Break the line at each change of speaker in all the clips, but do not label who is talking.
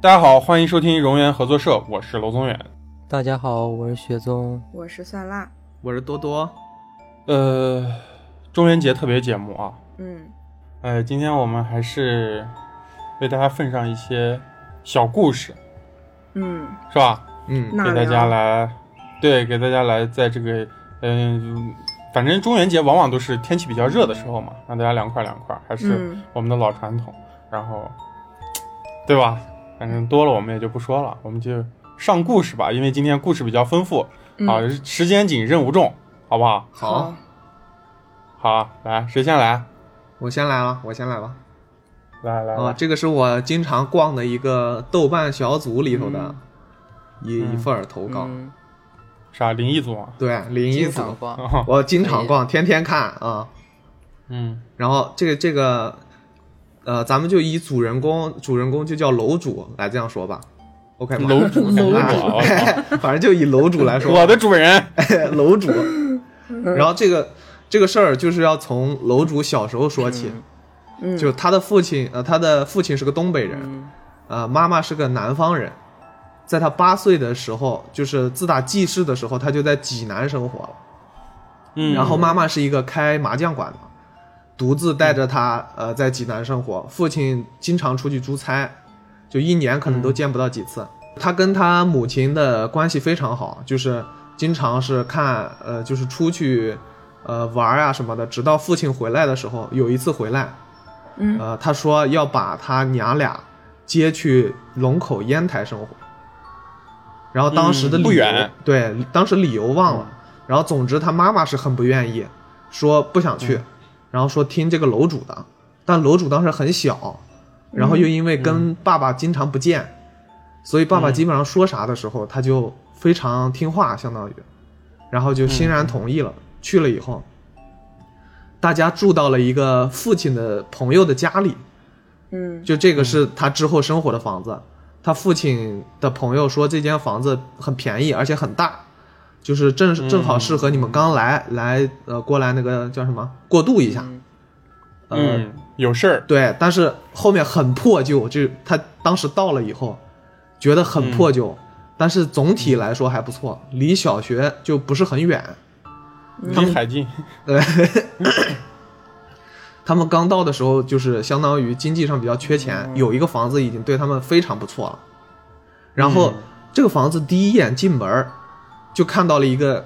大家好，欢迎收听荣源合作社，我是娄宗远。
大家好，我是雪宗。
我是蒜辣，
我是多多，
呃，中元节特别节目啊，
嗯，
呃，今天我们还是为大家奉上一些小故事，
嗯，
是吧？
嗯，
纳
给大
凉
家来，对，给大家来，在这个，嗯、反正中元节往往都是天气比较热的时候嘛，让大家凉快凉快，还是
嗯，
我们的老传统。然后，对吧？反正多了我们也就不说了，我们就上故事吧，因为今天故事比较丰富，
嗯
啊，，时间紧，任务重，好不好？
好，，
好，来，谁先来？
我先来了，我先来了。
来来
啊，
来，
这个是我经常逛的一个豆瓣小组里头的
嗯
一
嗯
一份儿投稿，
嗯，
啥灵异组啊？
对，灵异
经
组
常，逛，
哦
我经常逛，天天看啊。
嗯
然后这个这个，呃，咱们就以主人公主人公就叫楼主来这样说吧，OK 吗？
楼主，楼
啊
主，
反正就以楼主来说，
我的主人。
楼主。然后这个这个事儿就是要从楼主小时候说起，
嗯，
就他的父亲，呃，他的父亲是个东北人，
嗯
呃，妈妈是个南方人。在他八岁的时候，就是自打记事的时候，他就在济南生活了。
嗯，
然后妈妈是一个开麻将馆的，独自带着他呃在济南生活，父亲经常出去出差，就一年可能都见不到几次。他跟他母亲的关系非常好，就是经常是看呃就是出去呃玩儿啊什么的，直到父亲回来的时候，有一次回来，
嗯
呃他说要把他娘俩接去龙口烟台生活。然后当时
嗯
的理由、
不远嗯
对，当时理由忘了。然后总之他妈妈是很不愿意，说不想
嗯
去，然后说听这个楼主的，但楼主当时很小，然后又因为跟
嗯
爸爸经常不见，所以爸爸基本上说啥的时候、他就非常听话，相当于，然后就欣然同意了。去了以后，大家住到了一个父亲的朋友的家里，
嗯，
就这个是他之后生活的房子。他父亲的朋友说这间房子很便宜，而且很大，就是正正好适合你们刚来、来呃过来那个叫什么过渡一下。呃，
嗯，有事儿，
对，但是后面很破旧，就是他当时到了以后，觉得很破旧，但是总体来说还不错，离小学就不是很远。
嗯
离海近。
他们刚到的时候，就是相当于经济上比较缺钱，有一个房子已经对他们非常不错了。然后、这个房子第一眼进门儿就看到了一个，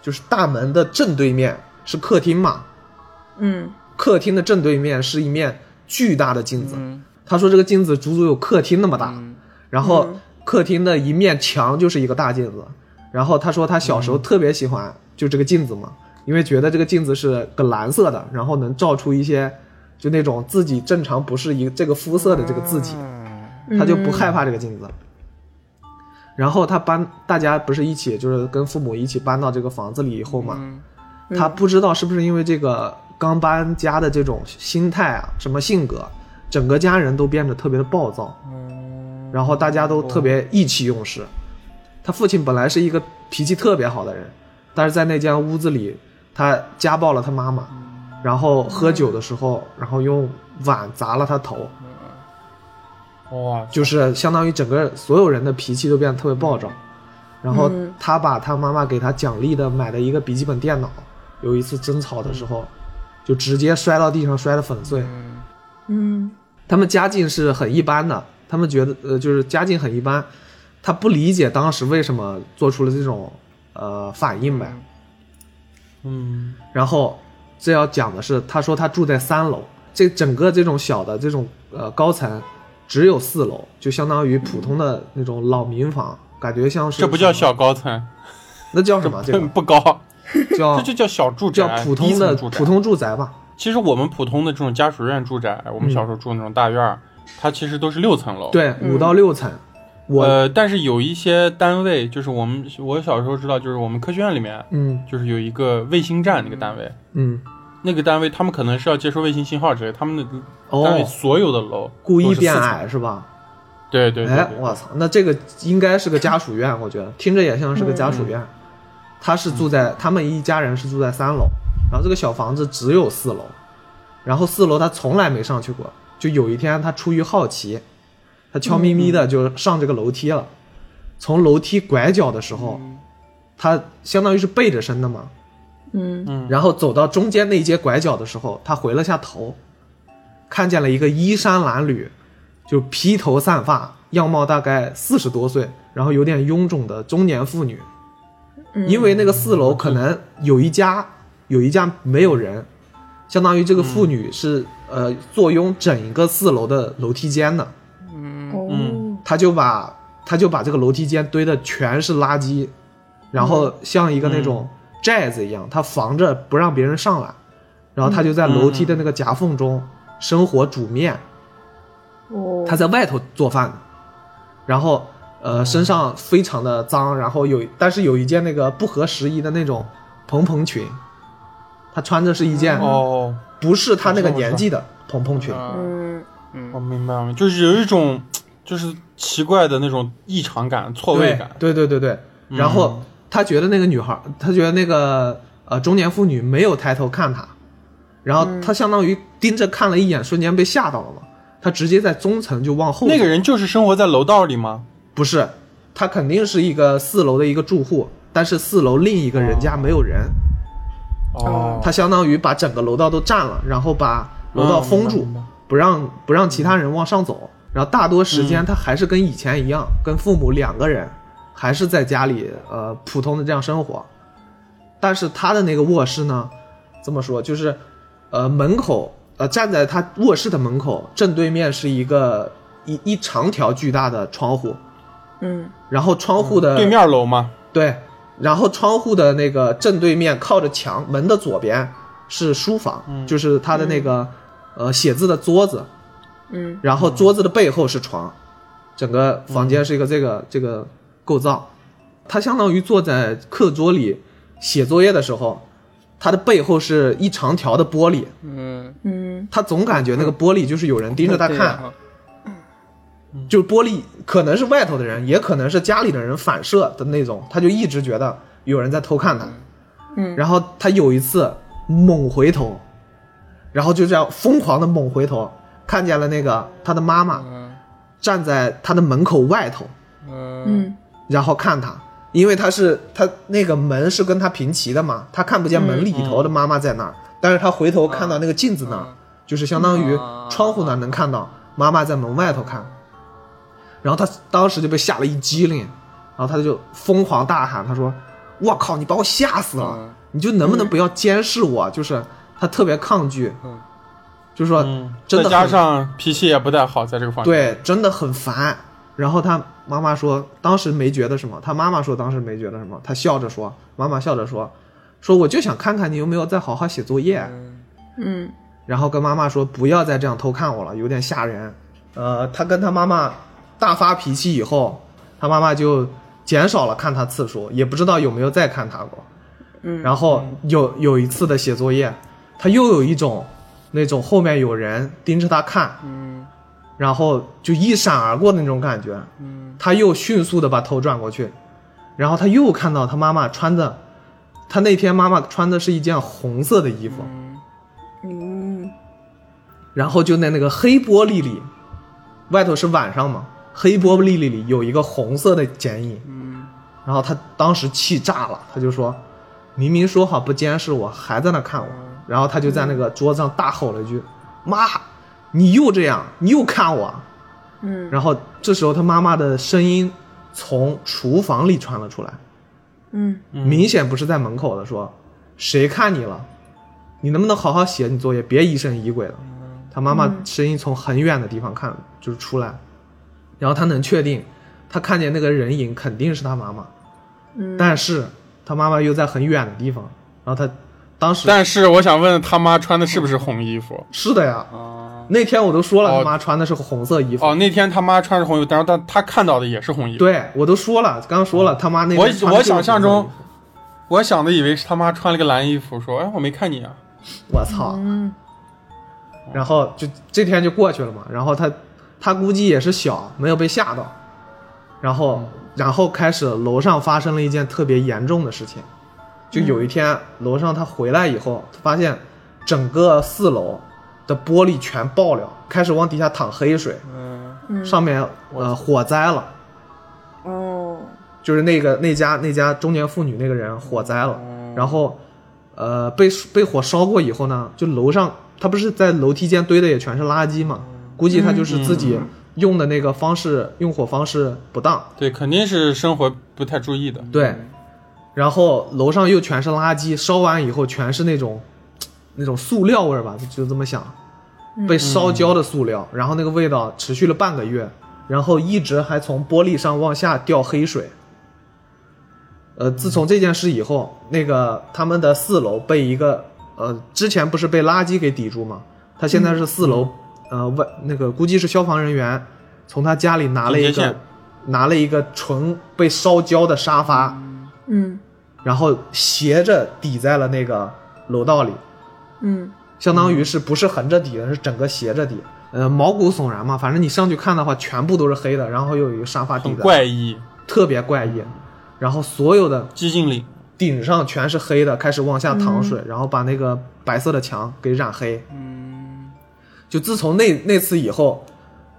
就是大门的正对面是客厅嘛，
嗯，
客厅的正对面是一面巨大的镜子。
嗯
他说这个镜子足足有客厅那么大，然后客厅的一面墙就是一个大镜子。然后他说他小时候特别喜欢就这个镜子嘛，因为觉得这个镜子是个蓝色的，然后能照出一些就那种自己正常不是一这个肤色的这个自己，他就不
嗯
害怕这个镜子。然后他搬，大家不是一起就是跟父母一起搬到这个房子里以后嘛，他不知道是不是因为这个刚搬家的这种心态啊，什么性格，整个家人都变得特别的暴躁，然后大家都特别意气用事。他父亲本来是一个脾气特别好的人，但是在那间屋子里，他家暴了他妈妈，然后喝酒的时候，然后用碗砸了他头，
哇，
就是相当于整个所有人的脾气都变得特别暴躁。然后
嗯
他把他妈妈给他奖励的买的一个笔记本电脑，有一次争吵的时候，就直接摔到地上，摔得粉碎。
嗯，
他们家境是很一般的，他们觉得呃就是家境很一般，他不理解当时为什么做出了这种呃反应呗。
嗯
然后这要讲的是，他说他住在三楼，这整个这种小的这种呃高层只有四楼，就相当于普通的那种老民房，感觉像是
这不叫
什么，
小高层，
那叫什么？这
这
个
不高，
叫
这就叫小住宅，
哦叫普通
低
的
层住宅
普。通住宅吧？
其实我们普通的这种家属院住宅，我们小时候住那种大院儿，它其实都是六层楼。
嗯对，五到六层。我
嗯呃，但是有一些单位，就是我们我小时候知道，就是我们科学院里面，
嗯
就是有一个卫星站那个单位，
嗯
那个单位他们可能是要接收卫星信号之类，他们的单位
哦，
所有的楼
故
都
意
是
变
四层
矮是吧？
对对对
哎，
对，
我操，那这个应该是个家属院，我觉得听着也像是个家属院。
嗯
他是住在他们一家人是住在三楼，然后这个小房子只有四楼，然后四楼他从来没上去过。就有一天他出于好奇，他悄咪
嗯
咪的就上这个楼梯了。从楼梯拐角的时候，
嗯
他相当于是背着身的嘛，
嗯
嗯，
然后走到中间那一阶拐角的时候，他回了下头，看见了一个衣衫褴褛，就披头散发，样貌大概四十多岁，然后有点臃肿的中年妇女。
嗯
因为那个四楼可能有一家有一家没有人，相当于这个妇女是、呃坐拥整一个四楼的楼梯间的，
哦，
她就把她就把这个楼梯间堆的全是垃圾，然后像一个那种寨子一样，她防着不让别人上来，然后她就在楼梯的那个夹缝中生火煮面，
哦，
他在外头做饭呢，然后呃身上非常的脏，然后有但是有一件那个不合时宜的那种蓬蓬裙，他穿着是一件
哦，
不是他那个年纪的蓬蓬裙，
嗯，
嗯
我明白了，就是有一种就是奇怪的那种异常感、错位
对
感，嗯
对对对对，然后他觉得那个女孩，他觉得那个呃中年妇女没有抬头看他，然后他相当于盯着看了一眼，瞬间被吓到了嘛，他直接在中层就往后
那
走
个人就是生活在楼道里吗？
不是，他肯定是一个四楼的一个住户，但是四楼另一个人家没有人，
哦，
他相当于把整个楼道都占了，然后把楼道封住，
嗯明白明白
不让不让其他
嗯
人往上走。然后大多时间他还是跟以前一样，跟父母两个人，还是在家里呃普通的这样生活。但是他的那个卧室呢，这么说就是，呃门口呃站在他卧室的门口正对面是一个一一长条巨大的窗户，
嗯
然后窗户的、
对面楼吗？
对，然后窗户的那个正对面靠着墙，门的左边是书房，
嗯
就是他的那个、呃写字的桌子，
嗯
然后桌子的背后是床，整个房间是一个这个、这个构造。他相当于坐在课桌里写作业的时候，他的背后是一长条的玻璃，
嗯，
嗯
他总感觉那个玻璃就是有人盯着他
对
看，
啊
就是玻璃可能是外头的人，也可能是家里的人反射的那种，他就一直觉得有人在偷看他。
嗯
然后他有一次猛回头，然后就这样疯狂的猛回头，看见了那个他的妈妈
嗯
站在他的门口外头，
嗯
嗯
然后看他，因为他是他那个门是跟他平齐的嘛，他看不见门里头的妈妈在那
嗯
儿，但是他回头看到那个镜子那儿，就是相当于
啊
窗户那儿能看到妈妈在门外头看，然后他当时就被吓了一激灵，然后他就疯狂大喊，他说：“我靠，你把我吓死了！
嗯
你就能不能不要监视我？”就是他特别抗拒，
嗯
就是说、
嗯，
真
再
的
加
很
上脾气也不太好，在这个房间，
对，真的很烦。然后他妈妈说，当时没觉得什么。他妈妈说，当时没觉得什么。他笑着说，妈妈笑着说，说我就想看看你有没有在好好写作业。
嗯
然后跟妈妈说，不要再这样偷看我了，有点吓人。呃，他跟他妈妈大发脾气以后，他妈妈就减少了看他次数，也不知道有没有再看他过。
嗯
然后有有一次的写作业，他又有一种那种后面有人盯着他看，
嗯
然后就一闪而过的那种感觉。
嗯
他又迅速的把头转过去，然后他又看到他妈妈穿的，他那天妈妈穿的是一件红色的衣服，
嗯
然后就在那个黑玻璃里，外头是晚上嘛，黑玻璃里有一个红色的剪影，然后他当时气炸了，他就说，明明说好不监视我，还在那看我，
嗯
然后他就在那个桌子上大吼了一句：“妈，你又这样，你又看我。”
嗯
然后这时候他妈妈的声音从厨房里传了出来，
嗯
明显不是在门口的，说：“谁看你了？你能不能好好写你作业，别疑神疑鬼的。”
嗯
他妈妈声音从很远的地方看就是出来，然后他能确定，他看见那个人影肯定是他妈妈，
嗯
但是他妈妈又在很远的地方，然后他当时
但是我想问他妈穿的是不是红衣服？
是的呀，
啊
那天我都说了，
哦
他妈穿的是红色衣服，
哦，那天他妈穿着红衣服，但是但他看到的也是红衣服。
对我都说了，刚刚说了他妈那天
哦我
穿的
我
就是
想象
红色
中
衣服，
我想的以为是他妈穿了个蓝衣服，说：“哎，我没看你啊。
我操，
嗯
然后就这天就过去了嘛。然后他他估计也是小，没有被吓到。然后
嗯
然后开始楼上发生了一件特别严重的事情，就
嗯
有一天楼上他回来以后，他发现整个四楼的玻璃全爆了，开始往底下淌黑水。
嗯
嗯
上面呃火灾了，
哦，
就是那个那家那家中年妇女那个人火灾了，然后呃被被火烧过以后呢，就楼上他不是在楼梯间堆的也全是垃圾嘛，估计他就是自己用的那个方式、用火方式不当，
对，肯定是生活不太注意的。
对，然后楼上又全是垃圾，烧完以后全是那种那种塑料味儿吧，就这么想，被烧焦
嗯
的塑料，然后那个味道持续了半个月，然后一直还从玻璃上往下掉黑水。呃，自从这件事以后，那个他们的四楼被一个呃，之前不是被垃圾给抵住吗？他现在是四楼，
嗯
呃，外那个估计是消防人员从他家里拿了一
警戒
个
线
拿了一个纯被烧焦的沙发，
嗯
然后斜着抵在了那个楼道里，
嗯
相当于是不是横着抵的，是整个斜着抵，呃，毛骨悚然嘛。反正你上去看的话，全部都是黑的，然后又有一个沙发
很
抵在，
怪异，
特别怪异。然后所有的
寂静岭。
顶上全是黑的，开始往下淌水，然后把那个白色的墙给染黑。
嗯
就自从那那次以后，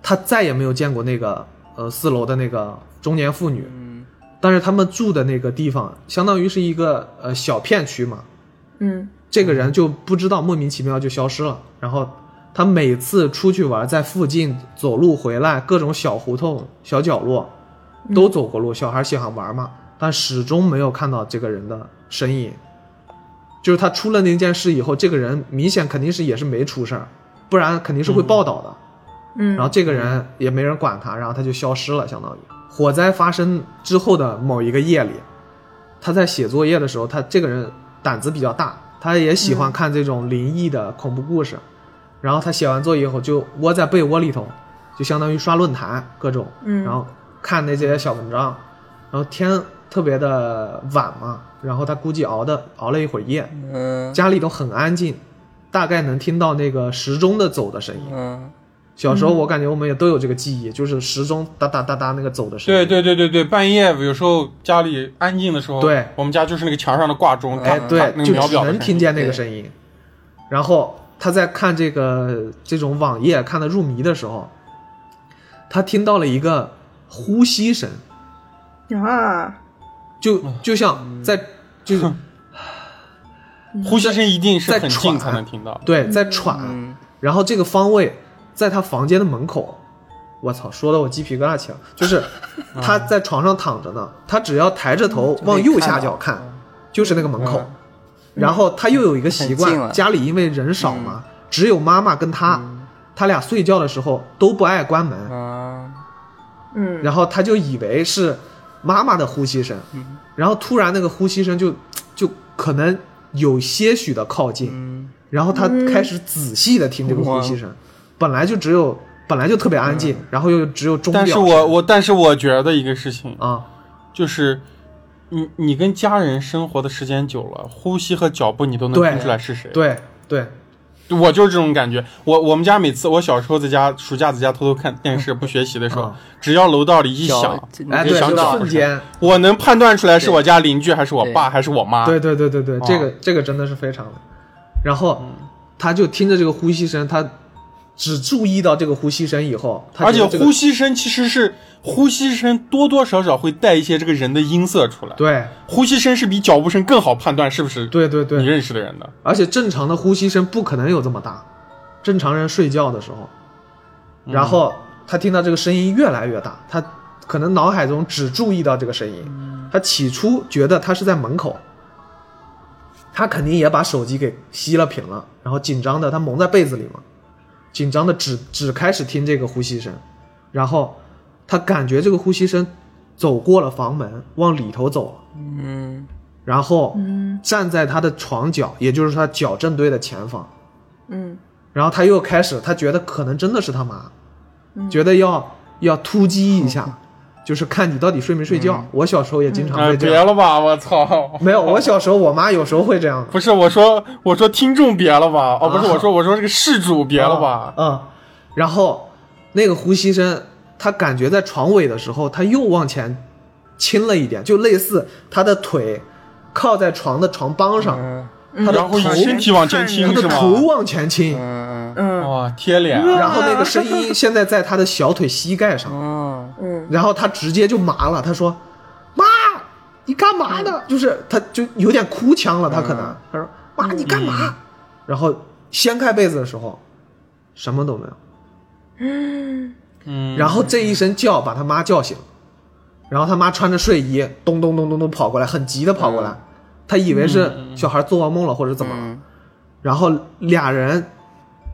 他再也没有见过那个呃四楼的那个中年妇女，
嗯
但是他们住的那个地方相当于是一个呃小片区嘛，
嗯
这个人就不知道莫名其妙就消失了。然后他每次出去玩，在附近走路回来，各种小胡同、小角落
嗯
都走过路，小孩喜欢玩嘛，但始终没有看到这个人的身影。就是他出了那件事以后，这个人明显肯定是也是没出事儿，不然肯定是会报道的。
嗯，
然后这个人也没人管他，然后他就消失了，相当于火灾发生之后的某一个夜里，他在写作业的时候，他这个人胆子比较大，他也喜欢看这种灵异的恐怖故事，然后他写完作业以后就窝在被窝里头，就相当于刷论坛各种，
嗯
然后看那些小文章，然后天特别的晚嘛，然后他估计熬的熬了一会儿夜，
嗯
家里都很安静，大概能听到那个时钟的走的声音。
嗯
小时候我感觉我们也都有这个记忆，就是时钟哒哒哒哒那个走的声
对
音。
对对对对，半夜有时候家里安静的时候，
对
我们家就是那个墙上的挂钟，
哎
咔咔
对，
那个
就
秒
只
表的声
能
音
听见那个声音。然后他在看这个这种网页看的入迷的时候，他听到了一个呼吸声，
啊，
就就像在就是
呼吸声一定是
在
很近
喘
才能听到。
对在喘，
嗯
然后这个方位在他房间的门口。我操，说的我鸡皮疙瘩起来了。就是他在床上躺着呢，他只要抬着
嗯
头往右下角看，就是那个门口。
嗯
然后他又有一个习
很近
惯，
了
家里因为人少嘛，只有妈妈跟他，他俩睡觉的时候都不爱关门，
啊
嗯，
然后他就以为是妈妈的呼吸声，
嗯
然后突然那个呼吸声就就可能有些许的靠近，
嗯
然后他开始仔细的听这个呼吸
嗯
声，本来就只有本来就特别安静，然后又只有钟表
但
声，
是我我但是我觉得一个事情
啊，
就是。你你跟家人生活的时间久了，呼吸和脚步你都能
对
听出来是谁。
对对，
我就是这种感觉。我我们家每次我小时候在家暑假在家偷偷看电视不学习的时候
啊，
只要楼道里一响
脚，这
哎
你就
对，
想
就
找
瞬间，
我能判断出来是我家邻居还是我爸还是我妈。
对对对对
啊
对，这个这个真的是非常的。然后
嗯
他就听着这个呼吸声，他只注意到这个呼吸声以后，他
而且
觉得这个
呼吸声其实是呼吸声多多少少会带一些这个人的音色出来。
对
呼吸声是比脚步声更好判断是不是
对对
你
对，
认识的人的。
而且正常的呼吸声不可能有这么大，正常人睡觉的时候，然后他听到这个声音越来越大，他可能脑海中只注意到这个声音，他起初觉得他是在门口。他肯定也把手机给吸了屏了，然后紧张的他蒙在被子里嘛，紧张的只只开始听这个呼吸声，然后他感觉这个呼吸声走过了房门，往里头走了，
嗯
然后
嗯
站在他的床角，也就是他脚正对的前方，
嗯
然后他又开始，他觉得可能真的是他妈，
嗯
觉得要要突击一下，就是看你到底睡没睡觉。
嗯
我小时候也经常
哎，
会这
别
样，
了吧，我操！
没有，我小时候我妈有时候会这样的。
不是我说，我说听众别了吧，哦，不是我说，我说这个事主别了吧，
嗯，然后那个呼吸声，他感觉在床尾的时候，他又往前倾了一点，就类似他的腿靠在床的床帮上，
嗯
嗯
他的
然后以
头
身体往前倾
他的哦
是吗？
头往前倾，
嗯嗯
嗯
哇，贴脸啊，
然后那个声音现在在他的小腿膝盖上，
嗯
嗯
然后他直接就麻了，他说：“妈，你干嘛呢？”就是他就有点哭腔了，他可能、他说：“妈，你干嘛？”然后掀开被子的时候，什么都没有。
嗯，
然后这一声叫把他妈叫醒，然后他妈穿着睡衣咚咚咚咚咚跑过来，很急的跑过来，他以为是小孩做噩梦了或者怎么了，
嗯
然后俩人，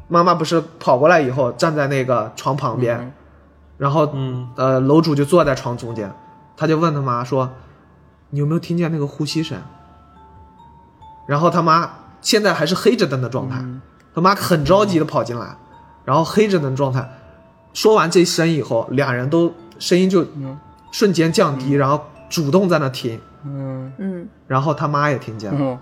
妈妈不是跑过来以后站在那个床旁边，然后
嗯
呃楼主就坐在床中间，他就问他妈说：“你有没有听见那个呼吸声？”然后他妈现在还是黑着灯的状态，他妈很着急的跑进来，然后黑着灯状态，说完这声以后，俩人都声音就瞬间降低，然后主动在那听，
嗯
嗯
然后他妈也听见了，
嗯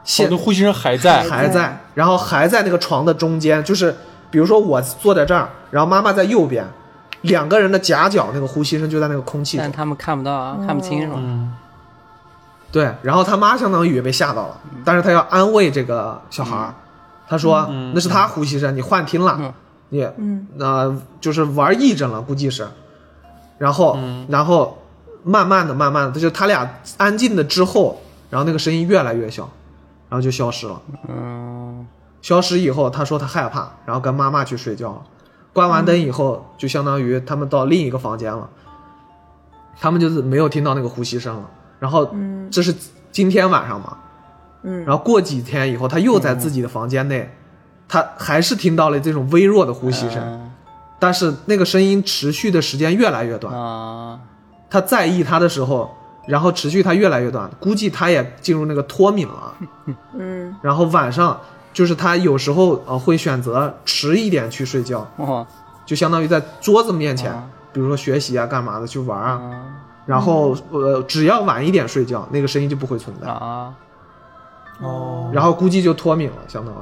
我
现
的呼吸声还在，
还在，然后还在那个床的中间，就是比如说我坐在这儿，然后妈妈在右边，两个人的夹角那个呼吸声就在那个空气
但
中。
他们看不到啊，看不清是吧？
嗯
对，然后他妈相当于也被吓到了，但是他要安慰这个小孩儿，他说、那是他呼吸声，你幻听了，
嗯
你
嗯
那、就是玩癔症了，估计是。然后，然后慢慢的、慢慢的，就他俩安静的之后，然后那个声音越来越小，然后就消失了。
嗯
消失以后，他说他害怕，然后跟妈妈去睡觉了。关完灯以
嗯
后，就相当于他们到另一个房间了，他们就是没有听到那个呼吸声了。然后
嗯
这是今天晚上嘛，
嗯
然后过几天以后，他又在自己的房间内，他还是听到了这种微弱的呼吸
嗯
声，但是那个声音持续的时间越来越短。
嗯
啊
他在意他的时候，然后持续它越来越短，估计他也进入那个脱敏了。
嗯
然后晚上就是他有时候呃会选择迟一点去睡觉，
哇
就相当于在桌子面前，
啊
比如说学习啊、干嘛的去玩啊。
啊
然后呃，只要晚一点睡觉，那个声音就不会存在，
啊
哦，
然后估计就脱敏了，相当于。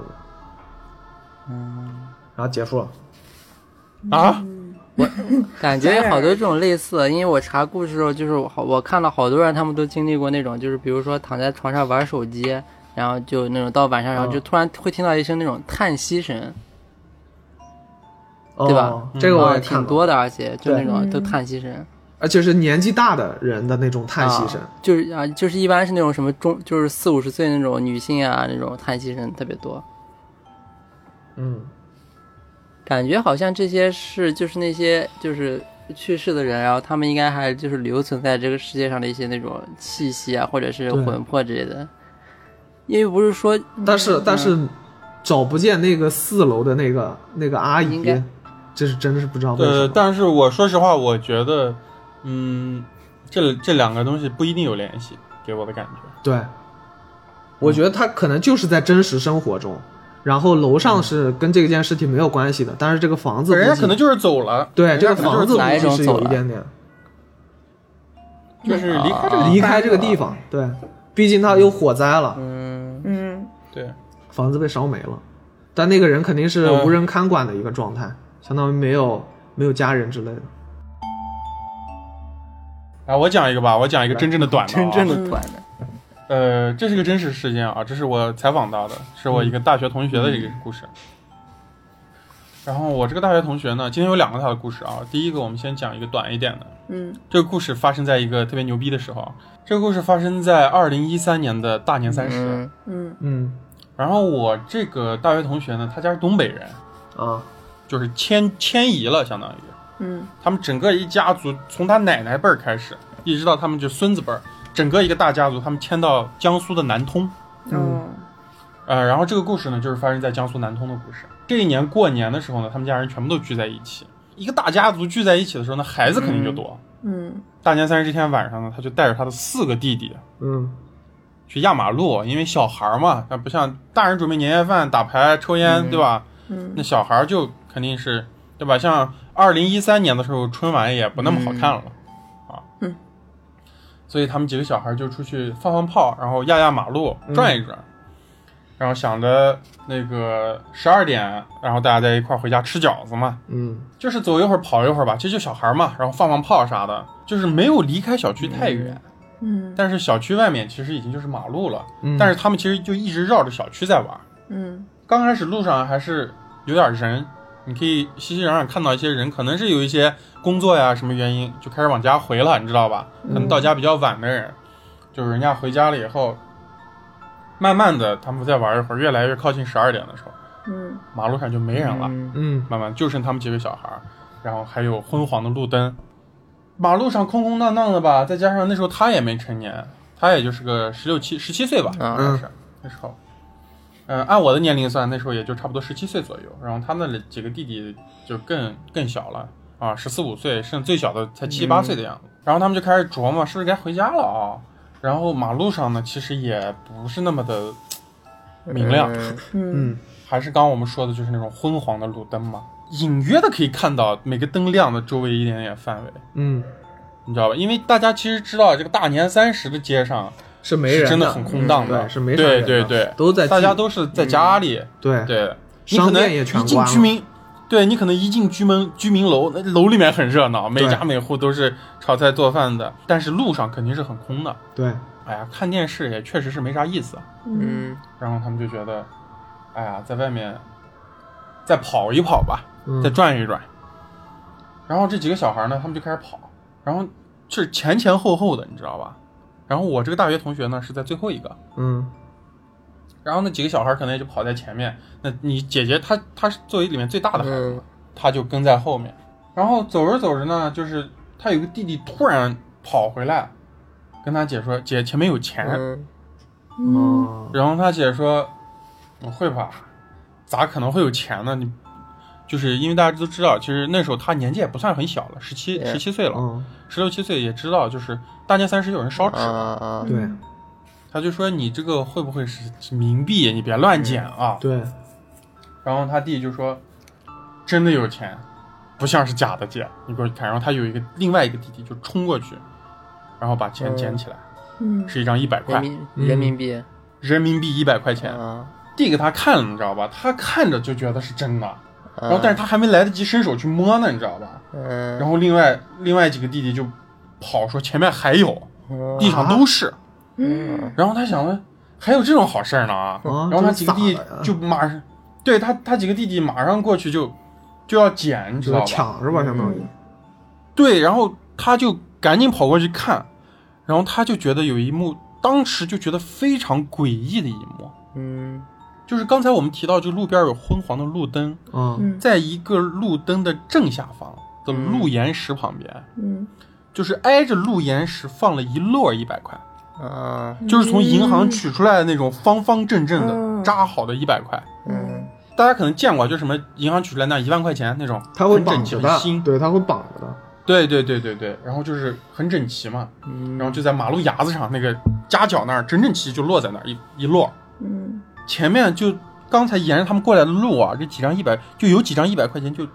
嗯，
然后结束了，
啊，
感觉有好多这种类似的，因为我查故事的时候，就是我好我看到好多人他们都经历过那种，就是比如说躺在床上玩手机，然后就那种到晚上，然后就突然会听到一声那种叹息声，
哦、
对吧？
这个我
啊
也看
挺
过，
多的，而且就那种
对
都叹息声。
而且是年纪大的人的那种叹息声。
啊就是啊，就是一般是那种什么中，就是四五十岁那种女性啊，那种叹息声特别多。
嗯，
感觉好像这些是就是那些就是去世的人，然后他们应该还就是留存在这个世界上的一些那种气息啊，或者是
对
魂魄之类的。因为不是说
但
嗯
是但是找不见那个四楼的那个那个阿
应
姨
该，
这是真的是不知道为什么。
呃，但是我说实话，我觉得，嗯，这这两个东西不一定有联系，给我的感觉。
对，我觉得他可能就是在真实生活中，然后楼上是跟这件事情没有关系的，但是这个房子估计
人家可能就是走了，
对
人
这
家
个
可能
房子
就是走
估
哪一
计
种
是
走
有一
了
点点
就是离开这个
啊
地
离开这个地方，对，毕竟他有火灾了，
嗯
嗯
对，
房子被烧没了，但那个人肯定是
嗯
无人看管的一个状态，相当于没有没有家人之类的。
啊，我讲一个吧，我讲一个真正的短的、啊
真正
的，
的短的，
呃，这是个真实事件啊，这是我采访到的，是我一个大学同学的一个故事。然后我这个大学同学呢，今天有两个他的故事啊。第一个，我们先讲一个短一点的。
嗯
这个故事发生在一个特别牛逼的时候啊，这个故事发生在二零一三年的大年三十。
嗯
嗯
嗯
然后我这个大学同学呢，他家是东北人，
啊，
就是迁迁移了，相当于
嗯
他们整个一家族从他奶奶辈儿开始，一直到他们就孙子辈儿，整个一个大家族，他们迁到江苏的南通。
哦
呃，然后这个故事呢，就是发生在江苏南通的故事。这一年过年的时候呢，他们家人全部都聚在一起，一个大家族聚在一起的时候呢，孩子肯定就多。
嗯
大年三十这天晚上呢，他就带着他的四个弟弟
嗯
去压马路，因为小孩儿嘛，那不像大人准备年夜饭、打牌、抽烟，对吧？
嗯
那小孩儿就肯定是对吧？像二零一三年的时候，春晚也不那么好看了、啊。
嗯。
所以他们几个小孩儿就出去放放炮，然后压压马路，转一转，然后想着那个十二点，然后大家在一块儿回家吃饺子嘛，
嗯
就是走一会儿跑一会儿吧，这就小孩儿嘛，然后放放炮啥的，就是没有离开小区太远。
嗯
但是小区外面其实已经就是马路了，
嗯
但是他们其实就一直绕着小区在玩。
嗯
刚开始路上还是有点人，你可以熙熙攘攘看到一些人，可能是有一些工作呀什么原因就开始往家回了，你知道吧？
嗯
可能到家比较晚的人，就是人家回家了以后，慢慢的他们再玩一会儿，越来越靠近十二点的时候，
嗯
马路上就没人了，
嗯
嗯
慢慢就剩他们几个小孩儿，然后还有昏黄的路灯，马路上空空荡荡的吧，再加上那时候他也没成年，他也就是个十六七、十七岁吧，
嗯
应该是那时候。嗯，按我的年龄算，那时候也就差不多十七岁左右。然后他那几个弟弟就更更小了啊，十四五岁，甚至最小的才七八岁的样子。然后他们就开始琢磨，是不是该回家了啊？然后马路上呢，其实也不是那么的明亮，
嗯
嗯
嗯
还是刚刚我们说的，就是那种昏黄的路灯嘛，隐约的可以看到每个灯亮的周围一点点范围，
嗯，
你知道吧？因为大家其实知道，这个大年三十的街上
是没
是
人嗯
真的很空荡的，
对是没啥
对
人的
对对，
都在
大家
进
都是在家里，
对
对，你可
商
能
店
一
也全
进
关
居
了，
民，对你可能一进居民居民楼，那楼里面很热闹，每
对
家每户都是炒菜做饭的，但是路上肯定是很空的。
对，
哎呀，看电视也确实是没啥意思，
嗯
嗯
然后他们就觉得，哎呀，在外面再跑一跑吧，
嗯
再转一转。然后这几个小孩呢，他们就开始跑，然后是前前后后的，你知道吧？然后我这个大学同学呢是在最后一个，
嗯
然后那几个小孩可能也就跑在前面。那你姐姐她她是作为里面最大的
嗯
孩子嘛，她就跟在后面。然后走着走着呢，就是她有个弟弟突然跑回来，跟她姐说：“姐，前面有钱。
嗯
嗯
哦
然后他姐说：“我会吧，咋可能会有钱呢？你就是因为大家都知道，其实那时候他年纪也不算很小了，十七
对嗯
十七岁了，
哦
十六七岁也知道，就是大年三十有人烧纸。
啊啊
对
他就说：你这个会不会是冥币？你别乱捡
嗯
啊！
对，
然后他弟就说：真的有钱，不像是假的姐，你给我看。然后他有一个另外一个弟弟就冲过去，然后把钱捡起来，
嗯
是一张一百块
人民人民币
人民币一百块钱，
啊，
递给他看了，你知道吧？他看着就觉得是真的。
然
嗯
然后但是他还没来得及伸手去摸呢，你知道吧？
嗯，
然后另外另外几个弟弟就跑说前面还有，
啊
嗯
地上都是。
嗯
然后他想了，还有这种好事儿呢啊！
哦
然后他几个弟弟
这是咋的呀
就马上，对他他几个弟弟马上过去就就要捡，你知
就
道
是
吧？
抢是吧？相当于，
对，然后他就赶紧跑过去看，然后他就觉得有一幕，当时就觉得非常诡异的一幕，
嗯
就是刚才我们提到，就路边有昏黄的路灯，
嗯
在一个路灯的正下方的路岩石旁边，
嗯
就是挨着路岩石放了一摞一百块，
啊
就是从银行取出来的那种方方正正的
嗯
扎好的一百块。
嗯
大家可能见过，就什么银行取出来那一万块钱那种，
他会
很整
绑
齐
着
很
的
新，。
对，他会绑着的，
对对对对对，然后就是很整齐嘛，
嗯，
然后就在马路牙子上那个夹角那儿整整齐齐就落在那儿一一摞，
嗯
前面就刚才沿着他们过来的路啊，这几张一百就有几张一百块钱就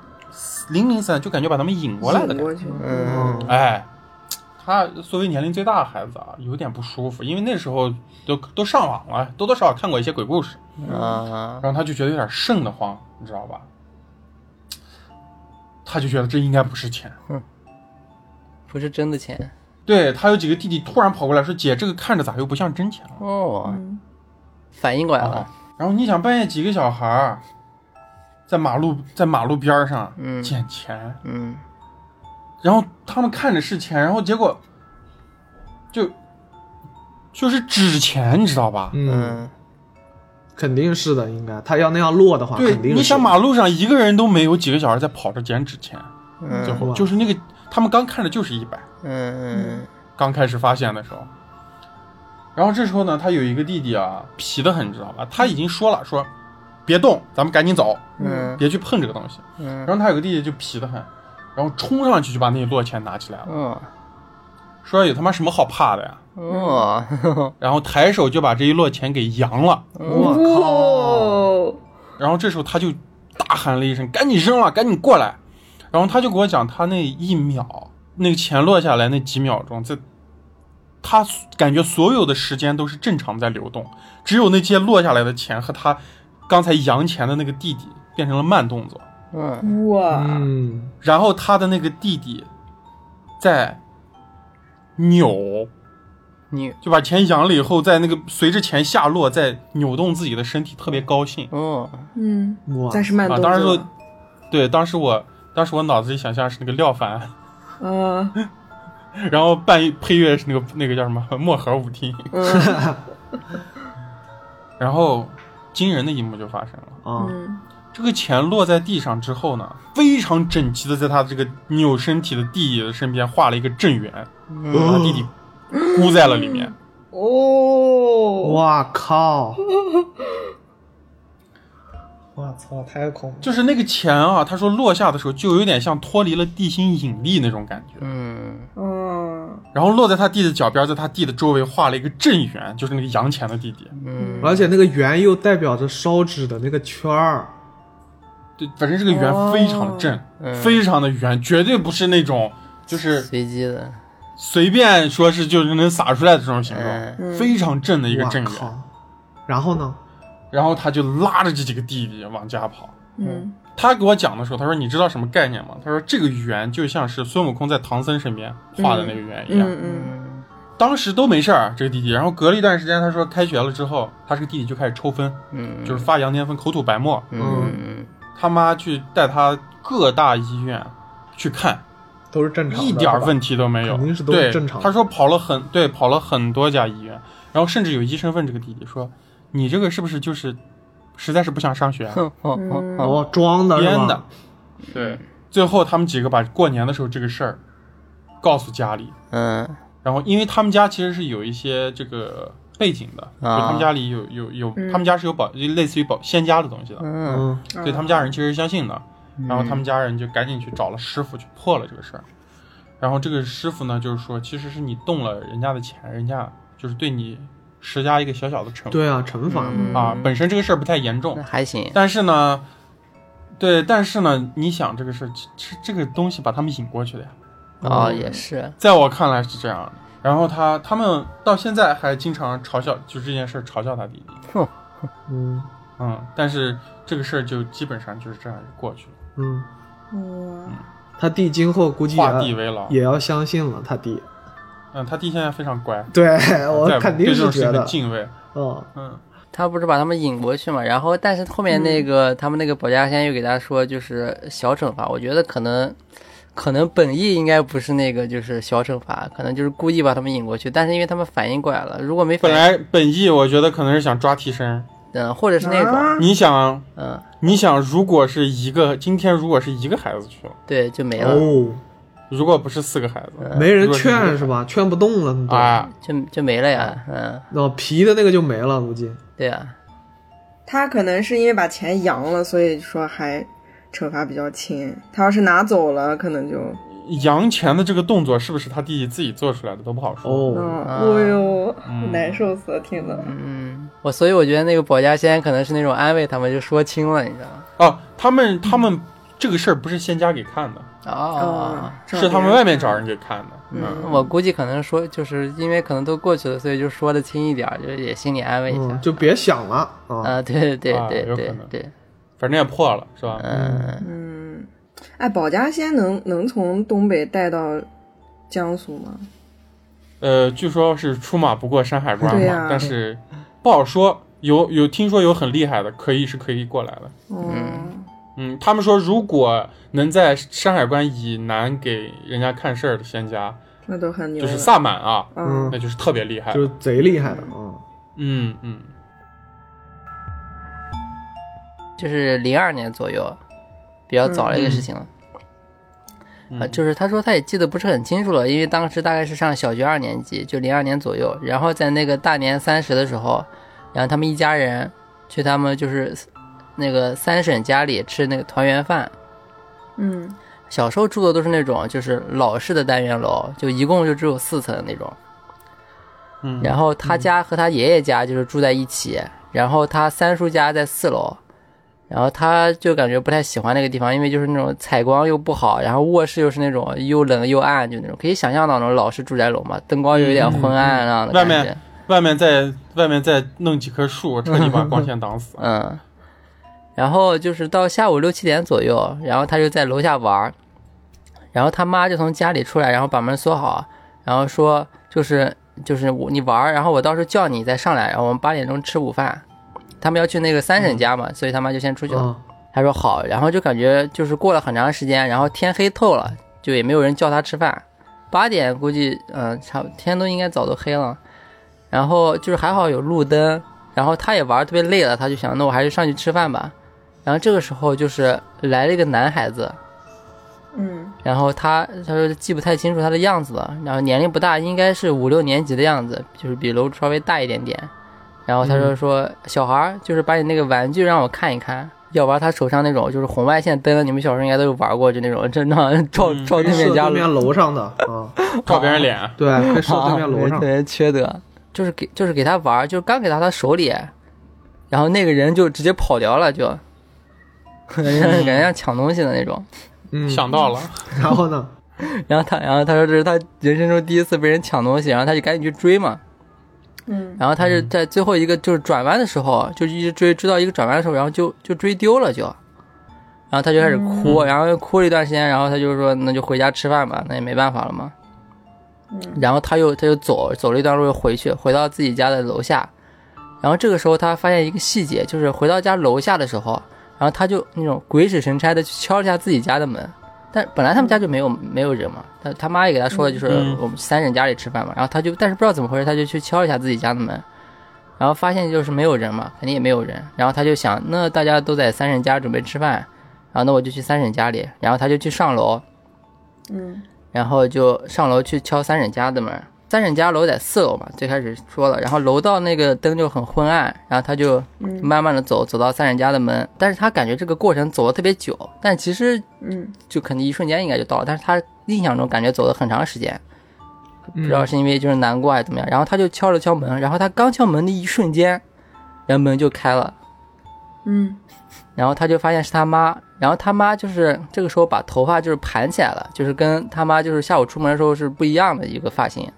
零零散，就感觉把他们引过来的感觉。
过去，
嗯
哎，他作为年龄最大的孩子啊，有点不舒服，因为那时候都都上网了，多多少少看过一些鬼故事，
啊
然后他就觉得有点瘆得慌，你知道吧？他就觉得这应该不是钱。
不是真的钱
对他有几个弟弟突然跑过来说：“姐，这个看着咋又不像真钱了
哦，
嗯
反应过？”来
啊
了，！
然后你想半夜几个小孩儿在马路在马路边儿上
嗯
捡钱，
嗯
然后他们看着是钱，然后结果就就是纸钱，你知道吧？
嗯，
嗯
肯定是的，应该他要那样落的话，
对，
肯定是。
你想马路上一个人都没有，几个小孩在跑着捡纸钱，
嗯
最后
哇
就是那个他们刚看着就是一百，
嗯
刚开始发现的时候。然后这时候呢，他有一个弟弟啊，皮的很，你知道吧？他已经说了，说别动，咱们赶紧走，
嗯
别去碰这个东西。
嗯
然后他有个弟弟就皮的很，然后冲上去就把那一摞钱拿起来了，
哦
说哎有他妈什么好怕的呀？
哦
然后抬手就把这一摞钱给扬了。
我靠，
哦，
然后这时候他就大喊了一声：“赶紧扔了，赶紧过来！”然后他就给我讲，他那一秒，那个钱落下来那几秒钟，在他感觉所有的时间都是正常在流动，只有那些落下来的钱和他刚才扬钱的那个弟弟变成了慢动作。
嗯
哇，
嗯，
然后他的那个弟弟在扭，
你
就把钱养了以后，在那个随着钱下落，在扭动自己的身体，特别高兴
哦，
嗯，
哇，
但是慢
啊！
动
当时
作
我，，对，当时我，当时我脑子里想象是那个廖凡，
嗯
然后伴配乐是那个那个叫什么漠河舞厅，
嗯
然后惊人的一幕就发生了。
啊，
嗯
这个钱落在地上之后呢，非常整齐的在他这个扭身体的弟弟的身边画了一个正圆，把他弟弟箍在了里面。
哦，
哇靠！我操，太恐怖！
就是那个钱啊，他说落下的时候就有点像脱离了地心引力那种感觉，
嗯
嗯
然后落在他弟的脚边，在他弟的周围画了一个正圆，就是那个杨钱的弟弟。
嗯
而且那个圆又代表着烧纸的那个圈儿，
对，反正这个圆非常正，
嗯
非常的圆，绝对不是那种就是
随机的，
随便说是就是能撒出来的这种形状，
嗯
嗯
非常正的一个
哇
正圆。
靠！然后呢？
然后他就拉着这几个弟弟往家跑。
嗯
他给我讲的时候，他说：“你知道什么概念吗？”他说：“这个圆就像是孙悟空在唐僧身边画的那个圆一样。
嗯
嗯
当时都没事儿，这个弟弟。然后隔了一段时间，他说开学了之后，他这个弟弟就开始抽风，
嗯，
就是发羊癫疯、口吐白沫。
嗯
他妈去带他各大医院去看，
都是正常的，
一点儿
是吧
问题都没有，
肯定是都是
对
正常的
他说跑了很对，跑了很多家医院，然后甚至有医生问这个弟弟说：“你这个是不是就是实在是不想上学啊、
嗯，好好好，
哦，装的是
编的
吧？”
对，最后他们几个把过年的时候这个事儿告诉家里，
嗯
然后因为他们家其实是有一些这个背景的，就
啊
他们家里有有有，
嗯
他们家是有保类似于保仙家的东西的，
嗯，
嗯，
所以他们家人其实是相信的。然后他们
家
家人就赶紧去找了师傅去破了这个事儿。然后这个师傅呢，就是说其实是你动了人家的钱，人家就是对你施加一个小小的惩罚。
对啊，惩罚嘛，
啊，本身这个事儿不太严重
那，还行，
但是呢，对，但是呢，你想这个事儿，这这个东西把他们引过去的呀，
哦也是，
在我看来是这样的。然后他他们到现在还经常嘲笑，就这件事儿嘲笑他弟弟。
嗯
嗯，但是这个事儿就基本上就是这样就过去了，
嗯，
哇，
他弟今后估计也
化
要
地为牢。
也要相信了他弟。
嗯，他弟现在非常乖，
对
在
哎我肯定
对这
是
种事
觉
情
得，
敬畏。
嗯，
嗯，
他不是把他们引过去嘛，然后但是后面那个他们那个保家仙又给他说就是小惩罚，我觉得可能。可能本意应该不是那个，就是小惩罚，可能就是故意把他们引过去，但是因为他们反应过来了，如果没
本
反应，
来本意我觉得可能是想抓替身，
嗯，或者是那种，
啊
你想，
嗯，
你想，如果是一个今天如果是一个孩子去了，
对，就没了，
哦，
如果不是四个孩子，
没人
如果
劝
是
是吧？劝不动了，对，
啊，
就就没了呀，嗯，
哦，皮的那个就没了，估计。
对呀、
他可能是因为把钱扬了，所以说还惩罚比较轻。他要是拿走了，可能就，
杨钱的这个动作是不是他弟弟自己做出来的都不好说。
哦，
嗯，哎呦，
啊嗯
难受死了，天呐。
嗯，我所以我觉得那个保家仙可能是那种安慰他们，就说清了，你知道吗？
哦，他们他们这个事儿不是仙家给看的，
哦，
啊是他们外面找人给看的。嗯，
嗯，我估计可能说就是因为可能都过去了，所以就说的轻一点儿，就是也心里安慰一下
嗯，。就别想了啊。
啊，对对
啊
对
有可
对
能
对，
反正也破了，是吧？
哎
嗯，
嗯，哎，保家仙能能从东北带到江苏吗？
呃，据说是出马不过山海关
对
嘛，
呀
但是不好说。有有听说有很厉害的，可以是可以过来的。
哦，
嗯，他们说如果能在山海关以南给人家看事儿的仙家，
那都很牛
就
了。
是萨满啊，
嗯
那就是特别厉害。
就是贼厉害的啊。
嗯嗯，
就是零二年左右，比较早的
嗯
一个事情了。啊，就是他说他也记得不是很清楚了，因为当时大概是上小学二年级，就零二年左右。然后在那个大年三十的时候，然后他们一家人去他们就是那个三婶家里吃那个团圆饭。
嗯
小时候住的都是那种就是老式的单元楼，就一共就只有四层那种。
嗯
然后他家和他爷爷家就是住在一起，然后他三叔家在四楼，然后他就感觉不太喜欢那个地方，因为就是那种采光又不好，然后卧室又是那种又冷又暗，就那种可以想象到那种老式住宅楼嘛，灯光有一点昏暗啊那样的
嗯外
感觉。
面外面再外面再弄几棵树，彻底把光线挡 死。
嗯，然后就是到下午六七点左右，然后他就在楼下玩儿，然后他妈就从家里出来，然后把门锁好，然后说就是就是我你玩儿，然后我到时候叫你再上来，然后我们八点钟吃午饭。他们要去那个三婶家嘛，所以他妈就先出去了。
啊，
他说好，然后就感觉就是过了很长时间，然后天黑透了，就也没有人叫他吃饭。八点估计，嗯、差不天都应该早都黑了。然后就是还好有路灯，然后他也玩儿特别累了，他就想，那我还是上去吃饭吧。然后这个时候就是来了一个男孩子，
嗯
然后他他说记不太清楚他的样子了，然后年龄不大，应该是五六年级的样子，就是比楼主稍微大一点点。然后他说说、小孩儿就是把你那个玩具让我看一看，要玩他手上那种就是红外线灯，你们小时候应该都有玩过，就那种真正 照
嗯
照对面
射
家
对 面楼上的啊，
照别人脸，
对，可以射对面楼
啊
上
特。别缺德，就是给就是给他玩儿，就是刚给他他手里，然后那个人就直接跑掉了， 就 感觉像抢东西的那种。
嗯，
想到了，
然后呢？
然后他，然后他说这是他人生中第一次被人抢东西，然后他就赶紧去追嘛。
嗯
然后他是在最后一个就是转弯的时候，啊就一直追追到一个转弯的时候，然后就就追丢了就，然后他就开始哭，然后哭了一段时间，然后他就说那就回家吃饭吧，那也没办法了嘛。
嗯
然后他又他又走走了一段路又回去，回到自己家的楼下。然后这个时候他发现一个细节，就是回到家楼下的时候，然后他就那种鬼使神差的去敲了一下自己家的门，但本来他们家就没有没有人嘛，他他妈也给他说的就是
嗯
我们三婶家里吃饭嘛，然后他就但是不知道怎么回事，他就去敲了一下自己家的门，然后发现就是没有人嘛，肯定也没有人，然后他就想那大家都在三婶家准备吃饭，然后那我就去三婶家里，然后他就去上楼，
嗯
然后就上楼去敲三婶家的门。三婶家楼在四楼嘛，最开始说了，然后楼道那个灯就很昏暗，然后他就
嗯
慢慢的走，走到三婶家的门，但是他感觉这个过程走的特别久，但其实
嗯
就可能一瞬间应该就到了，但是他印象中感觉走了很长时间，不
嗯
知道是因为就是难过还是怎么样，然后他就敲了敲门，然后他刚敲门的一瞬间，然后门就开了，
嗯
然后他就发现是他妈，然后他妈就是这个时候把头发就是盘起来了，就是跟他妈就是下午出门的时候是不一样的一个发型。
嗯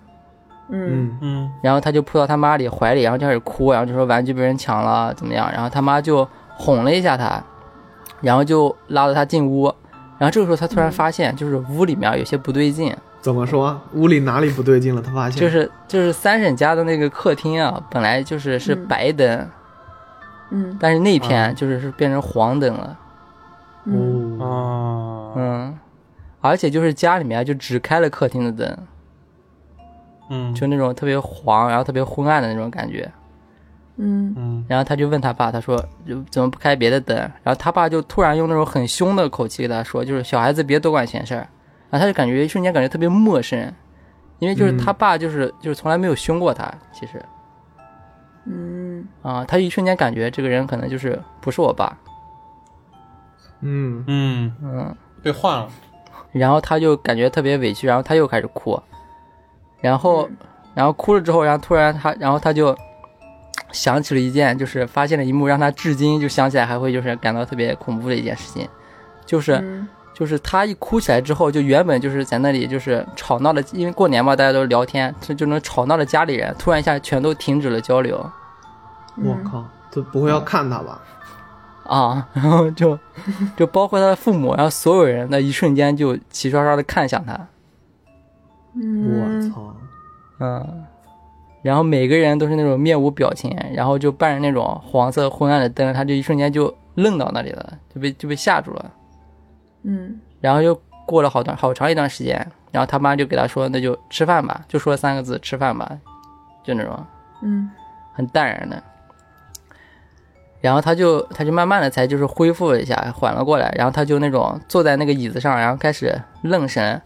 嗯，
嗯，
然后他就扑到他妈里怀里，然后就开始哭，然后就说玩具被人抢了怎么样，然后他妈就哄了一下他，然后就拉着他进屋，然后这个时候他突然发现就是屋里面有些不对劲，
怎么说？屋里哪里不对劲了？他发现
就是就是三婶家的那个客厅啊，本来就是是
嗯
白灯，
嗯
但是那天就是是变成黄灯了，
嗯
哦，
啊，
嗯，而且就是家里面就只开了客厅的灯，
嗯，
就那种特别黄，然后特别昏暗的那种感觉。
嗯
嗯，
然后他就问他爸，他说就怎么不开别的灯？然后他爸就突然用那种很凶的口气给他说，就是小孩子别多管闲事儿。然后他就感觉一瞬间感觉特别陌生，因为就是
嗯
他爸就是、就是从来没有凶过他，其实
嗯
啊、他一瞬间感觉这个人可能就是不是我爸，
嗯，
嗯，
嗯，
被换了，
然后他就感觉特别委屈，然后他又开始哭，然后
嗯
然后哭了之后，然后突然他，然后他就想起了一件，就是发现了一幕，让他至今就想起来还会就是感到特别恐怖的一件事情，就是
嗯
就是他一哭起来之后，就原本就是在那里就是吵闹的，因为过年嘛，大家都聊天，就就能吵闹的家里人，突然一下全都停止了交流
我靠，他不会要看他吧？
啊， 然后就就包括他的父母，然后所有人在一瞬间就齐刷刷的看向他，
我
嗯
操，
嗯，然后每个人都是那种面无表情，然后就伴着那种黄色昏暗的灯，他就一瞬间就愣到那里了，就被就被吓住了。
嗯
然后又过了好段好长一段时间，然后他妈就给他说：“那就吃饭吧。”就说了三个字：“吃饭吧。”就那种
嗯
很淡然的。然后他就他就慢慢的才就是恢复了一下，缓了过来。然后他就那种坐在那个椅子上，然后开始愣神，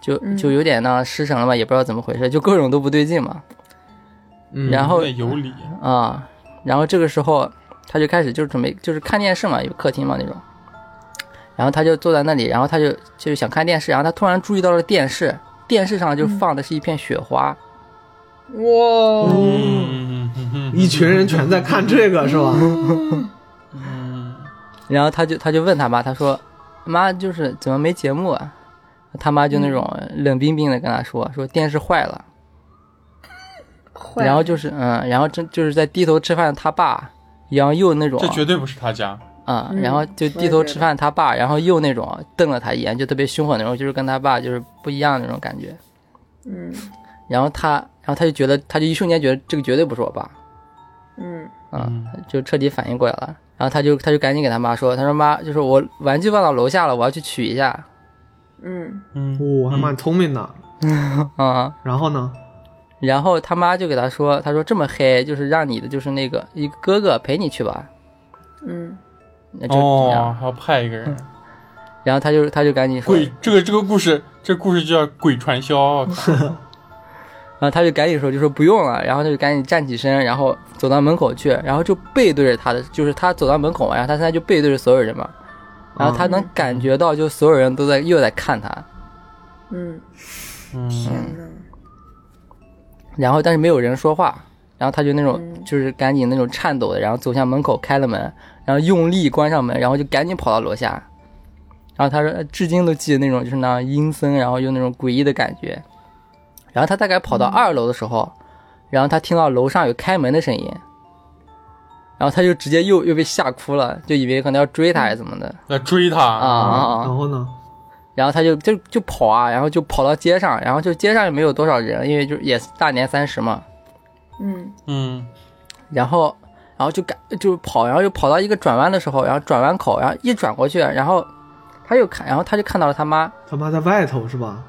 就
嗯
就有点那失神了吧，也不知道怎么回事，就各种都不对劲嘛。
嗯
然后
有点有理，
啊、然后这个时候他就开始就是准备就是看电视嘛，有客厅嘛那种，然后他就坐在那里，然后他就就是想看电视，然后他突然注意到了电视，电视上就放的是一片雪花，
哇
嗯嗯嗯
一群人全在看这个是吧？
嗯
然后他就他就问他妈，他说妈就是怎么没节目啊？他妈就那种冷冰冰的跟他说说电视坏了，
坏
然后就是嗯，然后这就是在低头吃饭的他爸，然后又那种
这绝对不是他家，
啊、
嗯
然后就低头吃饭，他爸，然后又那种瞪了他一眼，就特别凶狠那种，就是跟他爸就是不一样的那种感觉。
嗯
然后他，然后他就觉得，他就一瞬间觉得这个绝对不是我爸，
嗯
啊
嗯，
就彻底反应过来了。然后他就他就赶紧给他妈说，他说妈，就是我玩具忘到楼下了，我要去取一下。
嗯
嗯
我还蛮聪明的。
啊、
然后呢？
然后他妈就给他说，他说这么黑，就是让你的就是那个一个哥哥陪你去吧，
嗯
那就这样。嗯
哦，还要派一个人，
然后他就他就赶紧说，
鬼这个这个故事，这故事就叫鬼传 销，啊
然后他就赶紧说，就说不用了，然后他就赶紧站起身，然后走到门口去，然后就背对着他的，就是他走到门口嘛，然后他现在就背对着所有人嘛，然后他能感觉到，就所有人都在又在看他，
嗯，
嗯，
天呐，
然后但是没有人说话，然后他就那种就是赶紧那种颤抖的，然后走向门口开了门，然后用力关上门，然后就赶紧跑到楼下。然后他说，呃至今都记得那种就是那样阴森，然后又那种诡异的感觉。然后他大概跑到二楼的时候，然后他听到楼上有开门的声音，然后他就直接又又被吓哭了，就以为可能要追他还是怎么的
来追他
啊啊啊！
然后呢？
然后他就就就跑啊，然后就跑到街上，然后就街上也没有多少人，因为就也是大年三十嘛，
嗯
嗯
然后然后就赶就跑，然后又跑到一个转弯的时候，然后转弯口，然后一转过去，然后他又看，然后他就看到了他妈，
他妈在外头是吧？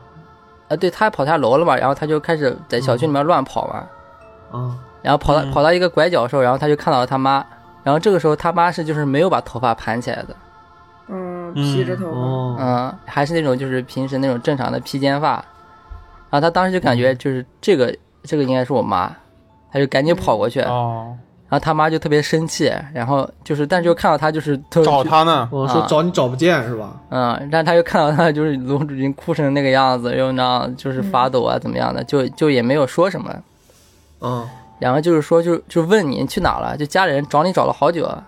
呃，对他跑下楼了嘛，然后他就开始在小区里面乱跑嘛，
啊，
然后跑到
嗯
跑到一个拐角的时候，然后他就看到了他妈，然后这个时候他妈是就是没有把头发盘起来的，
嗯，披着头发，
哦，
嗯，还是那种就是平时那种正常的披肩发，然后他当时就感觉就是这个这个应该是我妈，他就赶紧跑过去，然
哦，
后他妈就特别生气，然后就是但是又看到他就是特
找他呢，
我说
啊
找你找不见是吧？
嗯，但他又看到他就是楼主已经哭成那个样子，又那样就是发抖啊，怎么样的，就就也没有说什么，
嗯，
然后就是说就就问你去哪了，就家里人找你找了好久，啊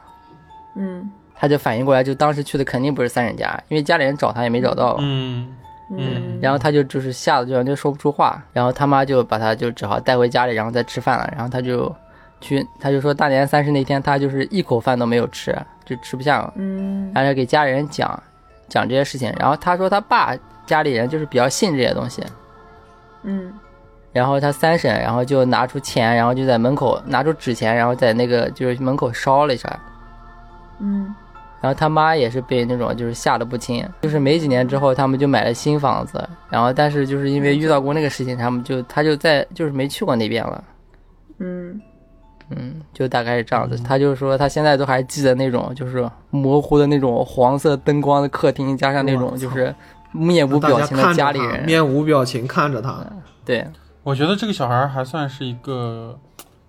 嗯
他就反应过来，就当时去的肯定不是三婶家，因为家里人找他也没找到，
嗯嗯
嗯
然后他就就是吓得就完全说不出话，然后他妈就把他就只好带回家里，然后再吃饭了，然后他就去，他就说大年三十那天他就是一口饭都没有吃，就吃不下了。
嗯
然后给家里人讲讲这些事情。然后他说他爸家里人就是比较信这些东西，
嗯
然后他三婶然后就拿出钱，然后就在门口拿出纸钱，然后在那个就是门口烧了一下。
嗯
然后他妈也是被那种就是吓得不轻，就是没几年之后他们就买了新房子，然后但是就是因为遇到过那个事情，他们就他就在就是没去过那边了。
嗯
嗯，就大概是这样子。他就说他现在都还记得那种就是模糊的那种黄色灯光的客厅，加上那种就是面无
大
表
家
情的
看
家
着
里
他，
人。嗯
面无表情看着他。
对，
我觉得这个小孩还算是一个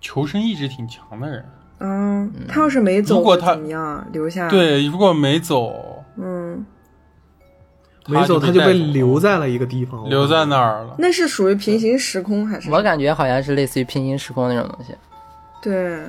求生意志挺强的人。
啊，他要是没走，
如果
会
他
怎么样留下？，
对，如果没走，
嗯，
没走，他
他
就
带
被
走了
留在了一个地方，
嗯留在那儿了。
那是属于平行时空还是？
我感觉好像是类似于平行时空那种东西。
对，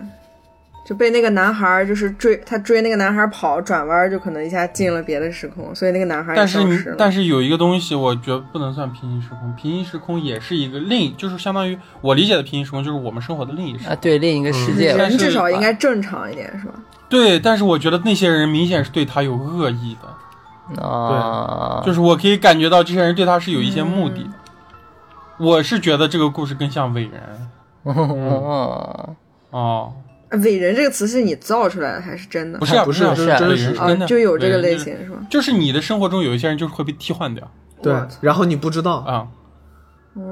就被那个男孩儿就是追他追那个男孩儿跑，转弯儿就可能一下进了别的时空，所以那个男孩儿也
但是
消
你
失了。
但是有一个东西，我觉得不能算平行时空，平行时空也是一个另，就是相当于我理解的平行时空，就是我们生活的另一时
啊，
空。
对，另一个世界吧。
但
人
是
至少应该正常一点，是吧？
对，但是我觉得那些人明显是对他有恶意的，
啊，
就是我可以感觉到这些人对他是有一些目的的。我是觉得这个故事更像伟人
哦，
哦，
伟人这个词是你造出来的还是真的
不？是啊
嗯不
是啊
是
是啊
伟
真
人
实
是
啊
真，的
就有这个
伟人
类
就是
型是吧？
就是你的生活中有一些人就是会被替换掉
对
我操，
然后你不知道，
啊。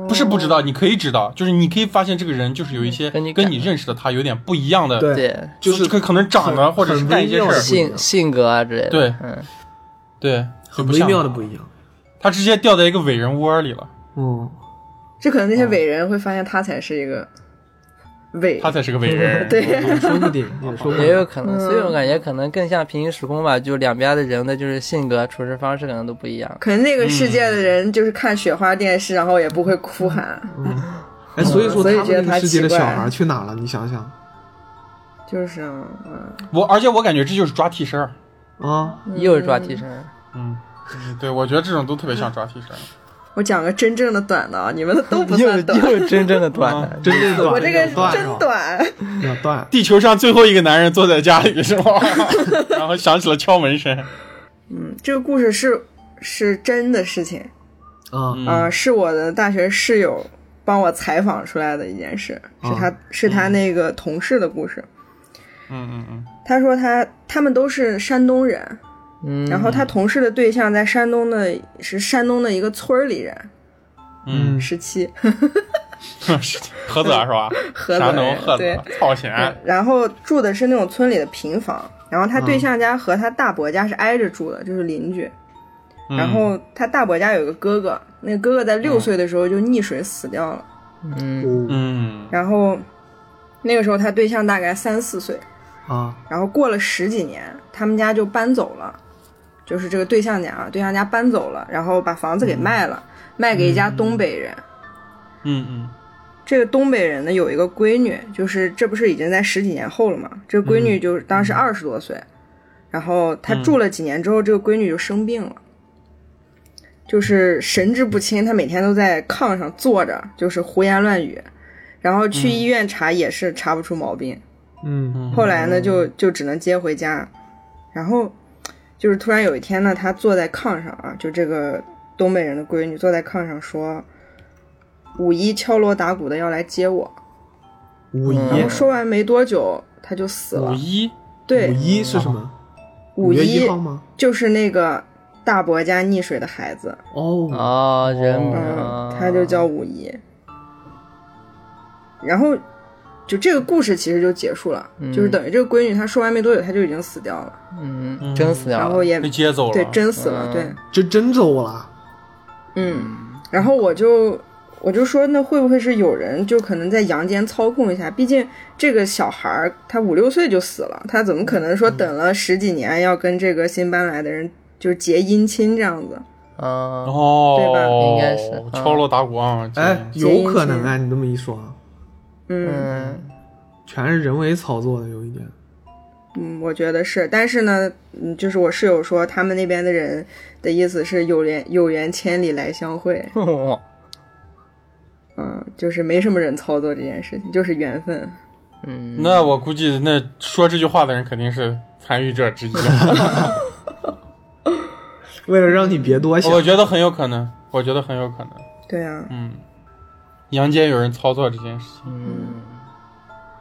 不是不知道，你可以知
哦
道，就是你可以发现这个人就是有一些
跟你
跟你认识的他有点不一样的，，
对，
对，
就是
可可能长得
很
或者是
很
干一些
微妙
事
的
儿，
不一样
性性格啊之类的。
对
嗯，
对，就
很
不
微
像啊
妙的不一样。
他直接掉在一个伟人窝里了，
嗯，
这可能那些伟人会发现他才是一个伟
他，才是个伟 人。
对，
嗯也说不定，也说不
也有
定。
可能，所以我感觉可能更像平行时空吧，就两边的人的就是性格、处事方式可能都不一样。
可能那个世界的人就是看雪花电视，然后也不会哭喊，
哎，所以说
所以
他们
觉得
那
他
个世界的
奇
小
怪
孩去哪了？你想想
就是嗯，
我而且我感觉这就是抓替身儿，
啊，
又是抓替身，
嗯，嗯对，我觉得这种都特别像抓替身儿。
我讲个真正的短的啊，你们的都不
又
算
是
短，
又是真正的短的。
真正短，
我这个是
短
真
哦
短。
两段，
地球上最后一个男人坐在家里是吗？然后响起了敲门声。
嗯，这个故事是是真的事情
啊
嗯
啊、呃是我的大学室友帮我采访出来的一件事，是
啊
他是他那个同事的故事。
嗯嗯嗯，
他说他他们都是山东人，
嗯，
然后他同事的对象在山东的是山东的一个村儿里人，
嗯，
十七，
菏泽啊是吧？
菏
山
泽
东
人
菏
对
泽，操钱，
然后住的是那种村里的平房，然后他
啊
对象家和他大伯家是挨着住的，就是邻居。
嗯
然后他大伯家有个哥哥，那个哥哥在六岁的时候就溺水死掉了，
嗯
哦
嗯
然后那个时候他对象大概三四岁，
啊，
然后过了十几年，他们家就搬走了，就是这个对象家啊，对象家搬走了，然后把房子给卖了，卖给一家东北人。
嗯嗯
这个东北人呢有一个闺女，就是这不是已经在十几年后了嘛？这个闺女就是当时二十多岁，然后她住了几年之后，这个闺女就生病了，就是神志不清，她每天都在炕上坐着，就是胡言乱语，然后去医院查也是查不出毛病，
嗯
嗯，
后来呢就就只能接回家，然后就是突然有一天呢，她坐在炕上啊，就这个东北人的闺女坐在炕上说。五一敲锣打鼓的要来接我，
五一
然后说完没多久，他就死
五
了。
一，
五
对，
一是什么？
五
月
一
一号吗？
就是那个大伯家溺水的孩子，
哦，
哦，人啊名
嗯，他就叫五一。然后，就这个故事其实就结束了，就是等于这个闺女她说完没多久，她就已经死掉了，
嗯，真死掉
然后
了，
也
被接走了，
对真死了，
嗯
对，
这真走了。
嗯，然后我就我就说，那会不会是有人就可能在阳间操控一下？毕竟这个小孩儿他五六岁就死了，他怎么可能说等了十几年要跟这个新搬来的人就是结姻亲这样子？
嗯，
哦，
对吧
应该是
敲锣打鼓啊，
哎，
这
有可能啊！你这么一说，
嗯
嗯
全是人为炒作的，有一点。
嗯，我觉得是，但是呢，嗯，就是我室友说他们那边的人的意思是有缘有缘千里来相会，嗯，就是没什么人操作这件事情，就是缘分。
嗯，
那我估计那说这句话的人肯定是参与者之一，
为了让你别多想，
我觉得很有可能，我觉得很有可能，
对啊，
嗯，阳间有人操作这件事情，
嗯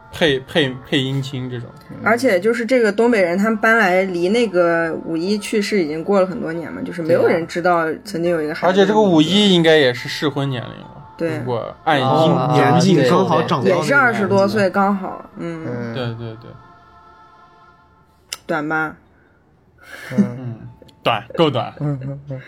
配配配姻亲这种，
而且就是这个东北人，他们搬来离那个五一去世已经过了很多年嘛，就是没有
对啊
人知道曾经有一个孩
而
子。
且这个五一应该也是适婚年龄了，
对
如果按
哦
姻
年纪
对
刚好长到
也是
那
二
个
十
年
多
纪
岁，刚好，嗯，
对
嗯
对对，
短吧。
嗯
嗯，短够短，
嗯嗯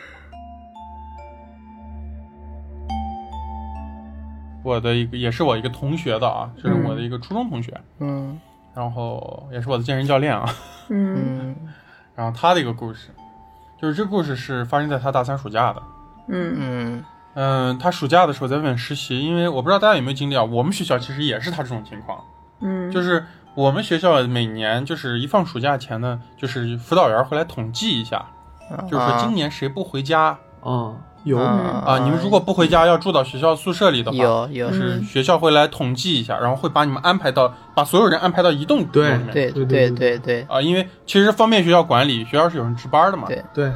我的一个也是我一个同学的啊，是我的一个初中同学，
嗯
然后也是我的健身教练啊，
嗯
嗯
然后他的一个故事，就是这故事是发生在他大三暑假的。
嗯
嗯
嗯，他暑假的时候在外面实习，因为我不知道大家有没有经历啊，我们学校其实也是他这种情况，
嗯，
就是我们学校每年就是一放暑假前呢，就是辅导员会来统计一下，就是说今年谁不回家
哦，有
啊
啊，你们如果不回家要住到学校宿舍里的话，嗯
有嗯有
就是学校会来统计一下，然后会把你们安排到，把所有人安排到一栋
对
楼里面。
对对对对
啊，因为其实方便学校管理，学校是有人值班的嘛。
对
对，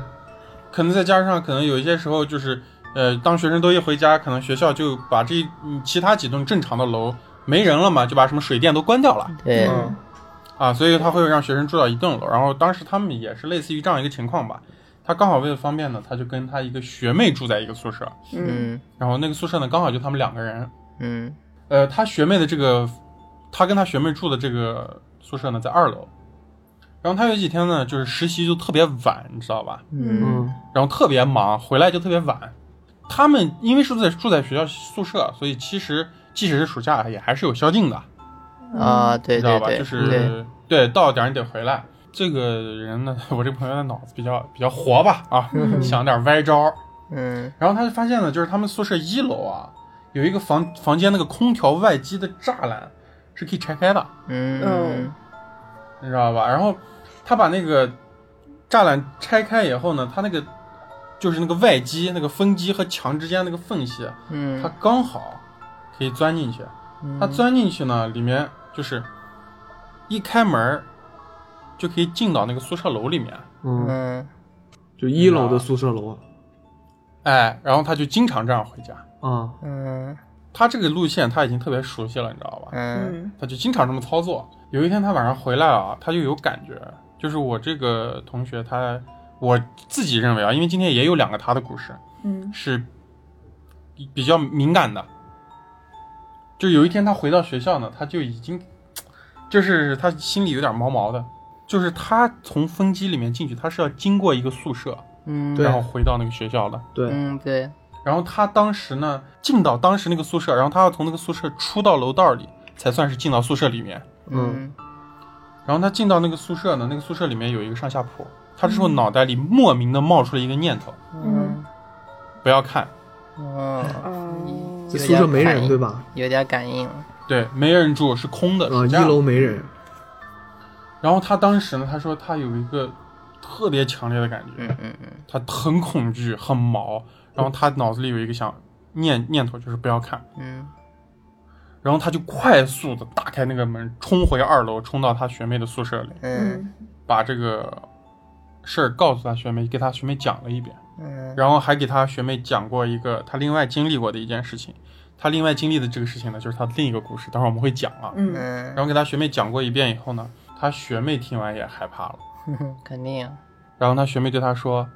可能再加上可能有一些时候就是，呃，当学生都一回家，可能学校就把这嗯其他几栋正常的楼没人了嘛，就把什么水电都关掉了
对，
嗯
啊，所以他会让学生住到一栋楼。然后当时他们也是类似于这样一个情况吧，他刚好为了方便呢，他就跟他一个学妹住在一个宿舍，
嗯
嗯
然后那个宿舍呢刚好就他们两个人，
嗯
呃，他学妹的这个，他跟他学妹住的这个宿舍呢，在二楼。然后他有几天呢，就是实习就特别晚，你知道吧？
嗯
嗯
然后特别忙，回来就特别晚。他们因为是在住在学校宿舍，所以其实即使是暑假也还是有宵禁的，
嗯
啊，对
你知道
对
吧？
对，
就是
对
对到点儿你得回来。这个人呢， 我这个朋友的脑子比较比较活吧 啊，想点歪招儿。
嗯
然后他就发现呢，就是他们宿舍一楼啊，有一个房房间那个空调外机的栅栏是可以拆开的，
嗯
你知道吧？然后他把那个栅栏拆开以后呢，他那个就是那个外机、那个风机和墙之间那个缝隙，啊他
嗯
刚好可以钻进去。他钻进去呢，里面就是一开门儿就可以进到那个宿舍楼里面。
嗯，
嗯
就一楼的宿舍楼
哎，然后他就经常这样回家。
啊，
嗯
他这个路线他已经特别熟悉了，你知道吧？
嗯
嗯
他就经常这么操作。有一天他晚上回来啊，他就有感觉，就是我这个同学他，我自己认为啊，因为今天也有两个他的故事
嗯
是比比较敏感的。就有一天他回到学校呢，他就已经，就是他心里有点毛毛的，就是他从分机里面进去，他是要经过一个宿舍，
嗯，
对
然后回到那个学校的。
对，
嗯对，
然后他当时呢进到当时那个宿舍，然后他要从那个宿舍出到楼道里，才算是进到宿舍里面。
嗯
然后他进到那个宿舍呢，那个宿舍里面有一个上下铺，他这时候脑袋里莫名的冒出了一个念头：
嗯
不要看，
哦，
哦
这宿舍没人对吧？
有点感应，
对，没人住，是空的，
啊，
是
一
这样的
楼没人，
然后他当时呢，他说他有一个特别强烈的感觉，
嗯嗯嗯，
他很恐惧，很毛，然后他脑子里有一个想念念头，就是不要看。
嗯
然后他就快速的打开那个门，冲回二楼，冲到他学妹的宿舍里。
嗯
嗯
把这个事儿告诉他学妹，给他学妹讲了一遍，
嗯
然后还给他学妹讲过一个他另外经历过的一件事情。他另外经历的这个事情呢，就是他另一个故事，等会儿我们会讲啊。
嗯
嗯
然后给他学妹讲过一遍以后呢，他学妹听完也害怕了，
嗯，肯定，
然后他学妹对他说：“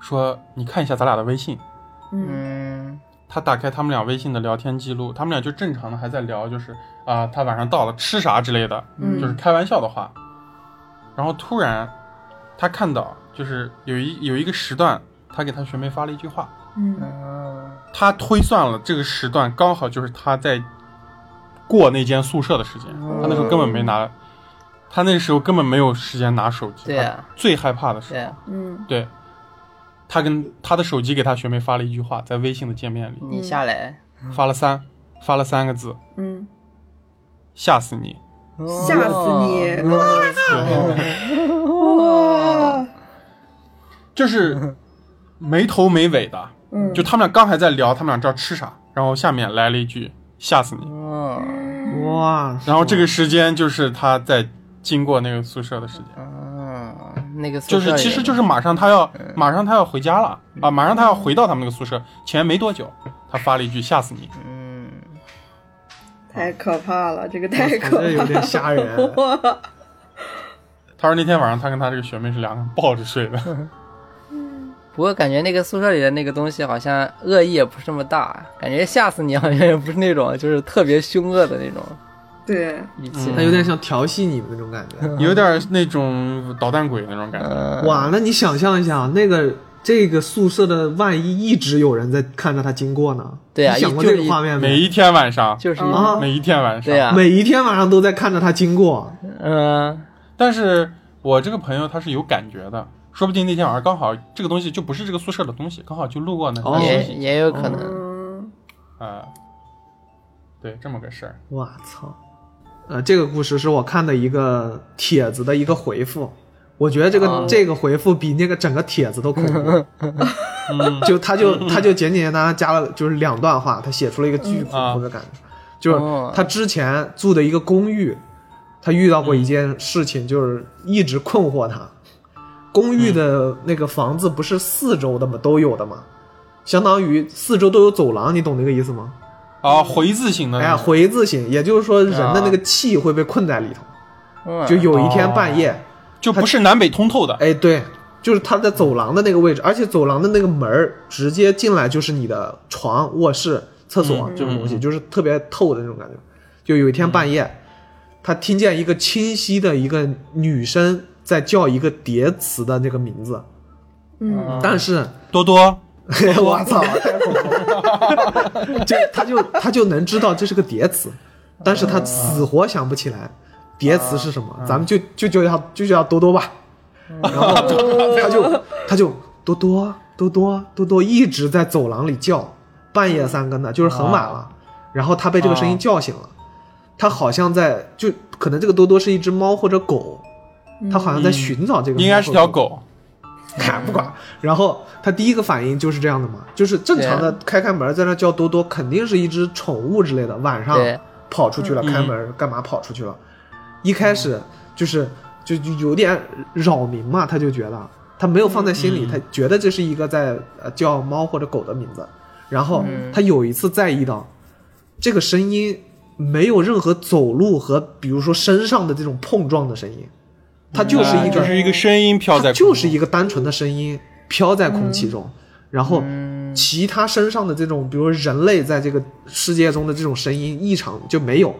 说你看一下咱俩的微信。
嗯
嗯”
他打开他们俩微信的聊天记录，他们俩就正常的还在聊，就是啊、他晚上到了吃啥之类的，
嗯
就是开玩笑的话。然后突然，他看到就是有一有一个时段，他给他学妹发了一句话，
嗯
嗯
他推算了这个时段刚好就是他在过那间宿舍的时间，
嗯
他那时候根本没拿，他那时候根本没有时间拿手机，
对啊
他最害怕的时
对
候，
啊，
嗯
对。他跟他的手机给他学妹发了一句话，在微信的界面里
你下来
发了三发了三个字，
嗯，
吓死你！
哦
吓死你！
嗯
哇，
就是没头没尾的，
嗯
就他们俩刚还在聊，他们俩知道吃啥，然后下面来了一句吓死你，
嗯
哇，
然后这个时间就是他在经过那个宿舍的时间，
嗯，那个宿
就是
舍里
其实就是马上他要马上他要回家了啊，马上他要回到他们那个宿舍前没多久，他发了一句吓死你，
嗯
太可怕了，这个太
我操
可怕
这
了，
有点吓人
哇
他说那天晚上他跟他这个学妹是两个人抱着睡的，
不过感觉那个宿舍里的那个东西好像恶意也不是这么大，感觉吓死你好像也不是那种就是特别凶恶的那种
对，
语气。
他有点像调戏你们那种感觉。
有点那种捣蛋鬼那种感觉，
嗯，
哇，那你想象一下，那个这个宿舍的万一一直有人在看着他经过呢？
对啊
你想过
就
这
是
个画面
每
没？
一天晚上
就是
啊
每一天晚上
对呀，
每一天晚上都在看着他经过，
嗯
但是我这个朋友他是有感觉的，说不定那天晚上刚好这个东西就不是这个宿舍的东西，刚好就路过那
哦
啊、
也也有可能。
嗯
对，这么个事儿。
我操！呃，这个故事是我看的一个帖子的一个回复，我觉得这个、这个回复比那个整个帖子都恐怖。就他就他就简简单单加了就是两段话，他写出了一个巨恐怖的感觉，就是他之前住的一个公寓，他遇到过一件事情，就是一直困惑他。公寓的那个房子不是四周的吗？都有的吗？相当于四周都有走廊，你懂那个意思吗？
啊，回字形的
哎
那
呀，
种，
回字形，也就是说人的那个气会被困在里头。
嗯
就有
哦
一天半夜，
就不是南北通透的。
哎，对，就是他在走廊的那个位置，而且走廊的那个门儿直接进来就是你的床、卧室、厕所
嗯
这种东西，
嗯
就是特别透的那种感觉。就有一天半夜，他听见一个清晰的一个女声在叫一个叠词的那个名字，
嗯
嗯
但是
多多，
我操！太恐怖了就他就他就能知道这是个叠词，但是他死活想不起来叠词是什么，咱们就就就叫就叫多多吧。然后他就他就多多多多多多一直在走廊里叫，半夜三更的，就是很晚了。然后他被这个声音叫醒了，他好像在就可能这个多多是一只猫或者狗，他好像在寻找这个，
应该是条。狗。
看不管。然后他第一个反应就是这样的嘛，就是正常的开开门，在那叫多多，肯定是一只宠物之类的，晚上
对
跑出去了，
嗯
开门干嘛跑出去了？一开始就是就就有点扰民嘛，他就觉得他没有放在心里，
嗯
他觉
嗯
得这是一个在呃叫猫或者狗的名字。然后他有一次在意到，这个声音没有任何走路和比如说身上的这种碰撞的声音，它就是一
嗯就
个
是一个声音飘在
它
空中，嗯
就是一个单纯的声音飘在空气中，然后其他身上的这种，比如人类在这个世界中的这种声音异常就没有，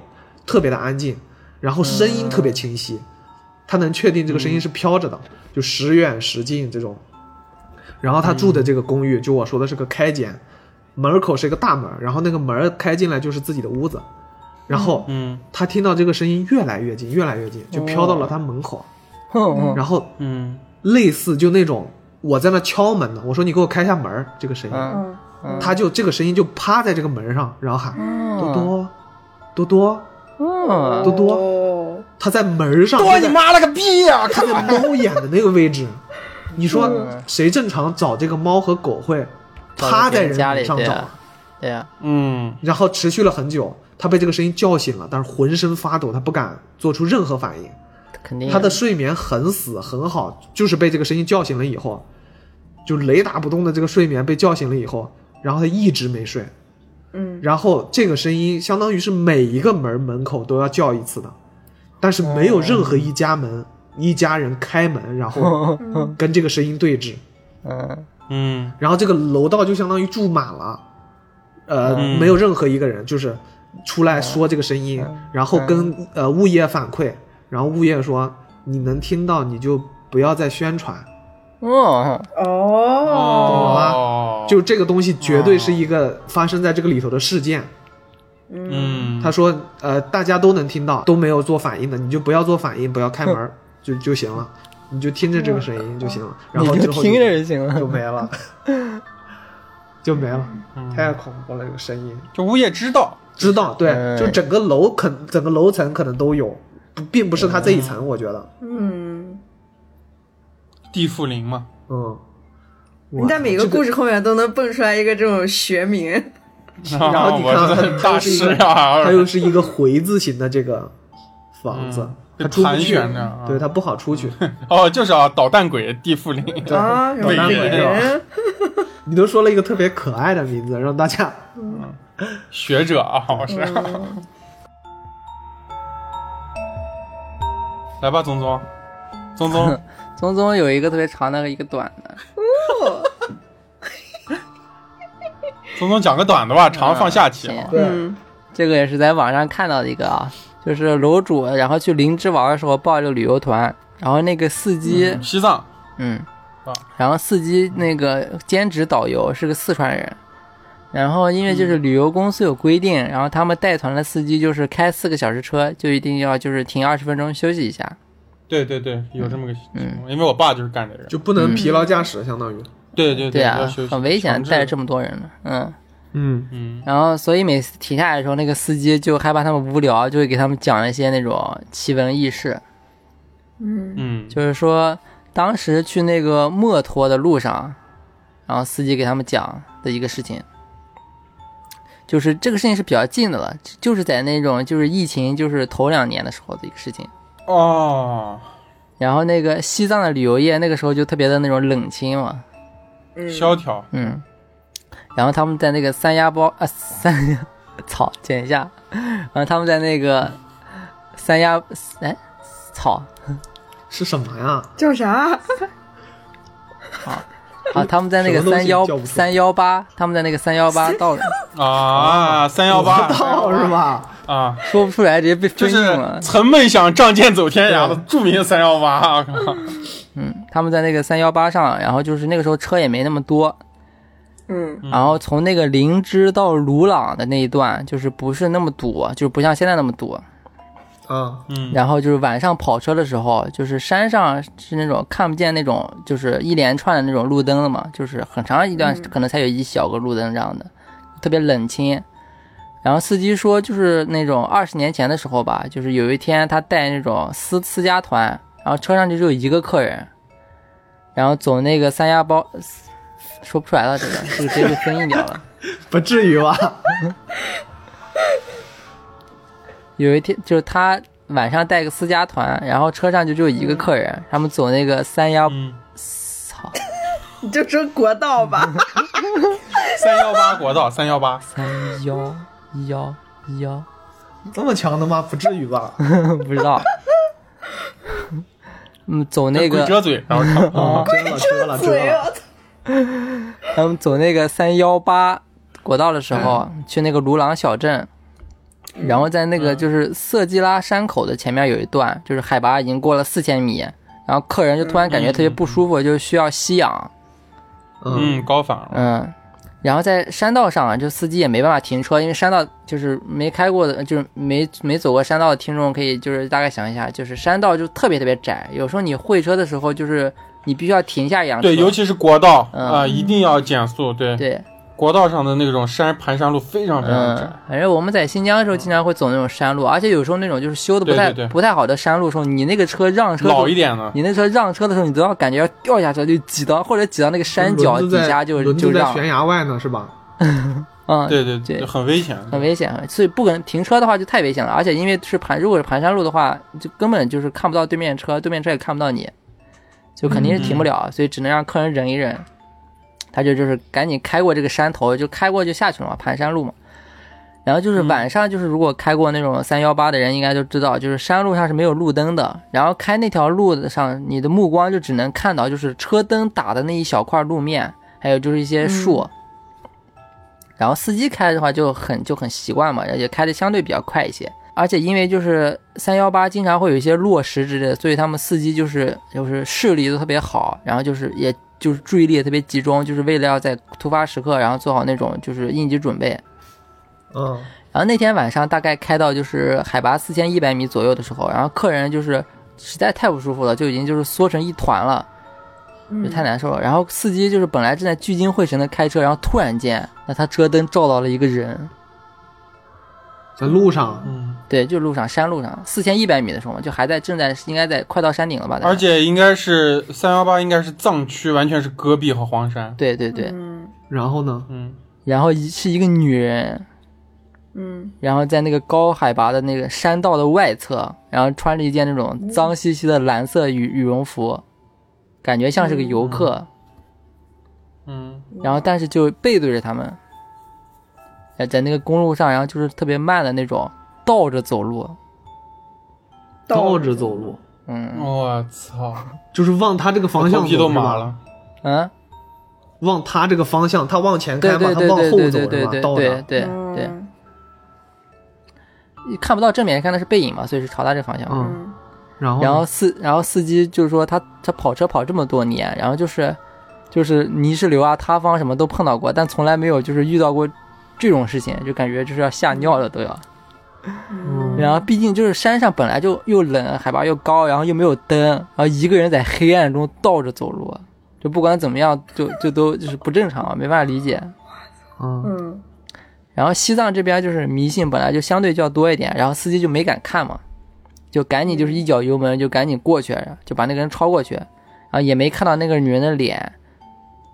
特别的安静，然后声音特别清
嗯
晰，他能确定这个声音是飘着的，就时远时近这种。然后他住的这个公寓，就我说的是个开间，门儿口是一个大门儿，然后那个门儿开进来就是自己的屋子，然后
嗯
他听到这个声音越来越近，越来越近，就飘到了他门口，
哼
然后
嗯
类似就那种我在那敲门呢，我说你给我开一下门儿，这个声音，
嗯
嗯，
嗯，
他就这个声音就趴在这个门上，然后喊多
多
多多多，
嗯
多
多多
多，
他在门上，
多
他
你
在
妈了个逼呀！
他在猫眼的那个位置，你说谁正常找这个猫和狗会趴在人脸
嗯找到
上
别人家里对
找
啊？对呀，
嗯
然后持续了很久，他被这个声音叫醒了，但是浑身发抖，他不敢做出任何反应。
肯定
他的睡眠很死很好，就是被这个声音叫醒了以后，就雷打不动的这个睡眠被叫醒了以后，然后他一直没睡，
嗯，
然后这个声音相当于是每一个门门口都要叫一次的，但是没有任何一家门、一家人开门，然后跟这个声音对峙，
嗯
嗯
然后这个楼道就相当于住满了，呃，
嗯
没有任何一个人就是出来说这个声音，
嗯
然后跟、呃物业反馈，然后物业说你能听到你就不要再宣传，
哦
哦，
哦，
就这个东西绝对是一个发生在这个里头的事件。
嗯，
他说呃大家都能听到，都没有做反应的，你就不要做反应，不要开门
嗯
儿就就行了，你就听着这个声音就行了，然后
你
之
就
后
听着就行了
就没了， 就没了，
嗯
太恐怖了这个声音。
就物业知道，
知道，对，
哎
就整个楼可整个楼层可能都有，不并不是他这一层，我觉得，
嗯，
地缚灵 嘛，
嗯，
你在每个故事后面都能蹦出来一个这种学名，
然
后你看
我这大 师啊，
它又是一个回字形的这个房子
嗯，
它出不
盘
去
旋着啊，
对，它不好出去。
哦， 就是啊，捣蛋鬼地缚灵，
啊，什么
伪
美
人
人，
你都说了一个特别可爱的名字，让大家
学者啊，我是。
嗯
来吧，宗宗，宗 宗，
宗宗有一个特别长的，一个短的，
宗宗讲个短的吧，长放下期
行
啊。
对
嗯，
这个也是在网上看到的一个啊，就是楼主然后去灵芝玩的时候报一个旅游团，然后那个司机
西藏，
嗯
啊，
然后司机那个兼职导游是个四川人，然后因为就是旅游公司有规定，然后他们带团的司机就是开四个小时车就一定要就是停二十分钟休息一下，
对对对，有这么个
嗯
情况，因为我爸就是干这个，
就不能疲劳驾驶，相当于，
对对
对
要
啊
休息，
很危险
强制
带这么多人呢，嗯。
嗯，
嗯
然后，所以每次停下来的时候，那个司机就害怕他们无聊，就会给他们讲一些那种奇闻异事。
嗯，
就是说，当时去那个墨脱的路上，然后司机给他们讲的一个事情，就是这个事情是比较近的了，就是在那种就是疫情就是头两年的时候的一个事情。
哦，
然后那个西藏的旅游业那个时候就特别的那种冷清嘛，
萧条，
嗯，然后他们在那个三亚包啊三亚，草剪一下，然后他们在那个三亚哎草
是什么呀？
叫啥？
啊，他们在那个
什么东
三
西
幺
叫不出来
三幺八，他们在那个三幺 八道
啊，三幺八
道是吧？
啊，
说不出来，直接被
就
封印
是
了。
曾梦想仗剑走天涯的著名三幺八，
嗯，他们在那个三幺八上，然后就是那个时候车也没那么多，
嗯
然后从那个林芝到鲁朗的那一段，就是不是那么堵，就是不像现在那么堵。
啊，
嗯
然后就是晚上跑车的时候，就是山上是那种看不见那种，就是一连串的那种路灯的嘛，就是很长一段可能才有一小个路灯这样的，特别冷清。然后司机说，就是那种二十年前的时候吧，就是有一天他带那种私私家团，然后车上就只有一个客人，然后走那个三亚包，说不出来了，这个这个直接被封印掉了。
不至于吧？
有一天就是他晚上带个私家团，然后车上就只有一个客人，他们走那个三幺
嗯，
操
你就说国道吧，
三幺八国道三幺八，
三幺幺幺，
这么强的吗？不至于 吧？
不知道。 嗯，走那
鬼
个哦
遮嘴，然后 唱
啊，遮了遮了遮
嘴
了，
啊！
他们嗯走那个三幺八国道的时候，去那个鲁朗小镇，然后在那个就是色季拉山口的前面有一段，就是海拔已经过了四千米，然后客人就突然感觉特别不舒服，就是需要吸氧，
嗯
嗯高反了，
嗯。然后在山道上啊，就司机也没办法停车，因为山道就是没开过的，就是没没走过山道的听众可以就是大概想一下，就是山道就特别特别窄，有时候你会车的时候，就是你必须要停下一辆车，
对，尤其是国道啊、
嗯
一定要减速。对，
对，
国道上的那种山盘山路非常非常窄
嗯，，反正我们在新疆的时候，经常会走那种山路，而且有时候那种就是修的不太
对对对
不太好的山路的时候，你那个车让车的时嗯候
老一，点呢，
你那车让车的时候，你都要感觉要掉下车，就挤到或者挤到那个山脚
轮
底
子在
下就
轮
就
子在
让，
悬崖外呢，是吧？
嗯，
对对
对
很危险。
很危险，啊所以不可能停车的话就太危险了，而且因为是盘，如果是盘山路的话，就根本就是看不到对面车，对面车也看不到你，就肯定是停不了，所以只能让客人忍一忍。他就就是赶紧开过这个山头，就开过就下去了嘛，盘山路嘛。然后就是晚上，就是如果开过那种三幺八的人，应该都知道，就是山路上是没有路灯的。然后开那条路的上，你的目光就只能看到就是车灯打的那一小块路面，还有就是一些树。然后司机开的话就很就很习惯嘛，而且开的相对比较快一些。而且因为就是三幺八经常会有一些落石之类的，所以他们司机就是就是视力都特别好，然后就是也就是注意力也特别集中，就是为了要在突发时刻，然后做好那种就是应急准备。
嗯，
然后那天晚上大概开到就是海拔四千一百米左右的时候，然后客人就是实在太不舒服了，就已经就是缩成一团了，就太难受了。然后司机就是本来正在聚精会神的开车，然后突然间，那他车灯照到了一个人，
在路上，
嗯，
对，就路上山路上四千一百米的时候嘛，就还在正在应该在快到山顶了吧？大概
而且应该是三幺八，应该是藏区，完全是戈壁和荒山。
对对对，
嗯
然后呢？
嗯，
然后一是一个女人，
嗯，
然后在那个高海拔的那个山道的外侧，然后穿着一件那种脏兮兮的蓝色羽羽绒服，感觉像是个游客，
嗯，
然后但是就背对着他们，在在那个公路上，然后就是特别慢的那种倒着走路，
倒着走路，
嗯
我操，
就是往他这个方
头
向
皮
走，
都
是吧
麻了。
嗯，
往他这个方向，他往前
对
哦开
对
嘛，他
对
往
对
后
对
走
对对
是
对
吧？
对
倒着。
对
嗯
对，你看不到正面，看的是背影嘛，所以是朝他这方向。
嗯，
嗯
然后
然后司然后司机就是说他他跑车跑这么多年，然后就是就是泥石流啊、塌方什么都碰到过，但从来没有就是遇到过这种事情，就感觉就是要吓尿了都要。
嗯
然后毕竟就是山上本来就又冷，海拔又高，然后又没有灯，然后一个人在黑暗中倒着走路，就不管怎么样就就都就是不正常，没办法理解。
嗯
嗯
然后西藏这边就是迷信本来就相对较多一点，然后司机就没敢看嘛，就赶紧就是一脚油门就赶紧过去，就把那个人超过去，然后也没看到那个女人的脸，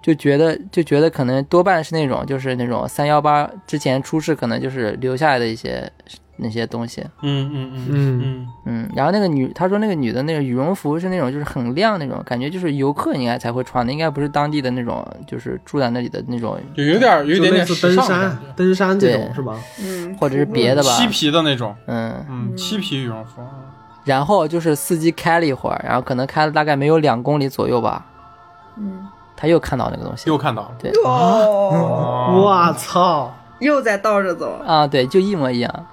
就觉得就觉得可能多半是那种就是那种三幺八之前出事可能就是留下来的一些那些东西，
嗯嗯嗯
嗯
嗯
嗯，然后那个女她说那个女的那个羽绒服是那种就是很亮那种，感觉就是游客应该才会穿的，应该不是当地的那种就是住在那里的那种，
就有点有一
就
点
类
点
似
时
登
尚的感
山
觉，
登山这
对
种是吧？
嗯，
或者是别的吧
漆皮的那种，
嗯。
嗯，漆皮羽绒服。嗯
然后就是司机开了一会儿，然后可能开了大概没有两公里左右吧，
嗯
他又看到那个东西
又看到了，
嗯
哟，
啊
我操！
又在倒着走，
啊，对，就一模一样，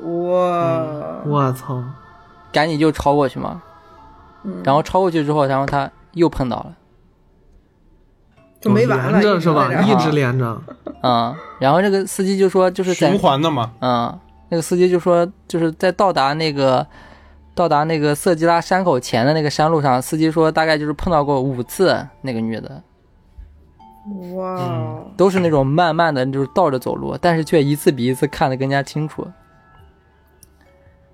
哇，
我操！
赶紧就超过去嘛。
嗯
然后超过去之后，然后他又碰到了，
就没完了，
连着是吧？
一
一
直
直连着。
嗯，然后那个司机就说就是在
循环的嘛，
嗯，那个司机就说，就是在到达那个到达那个色季拉山口前的那个山路上，司机说大概就是碰到过五次那个女的，
哇，
嗯
都是那种慢慢的就是倒着走路，但是却一次比一次看得更加清楚。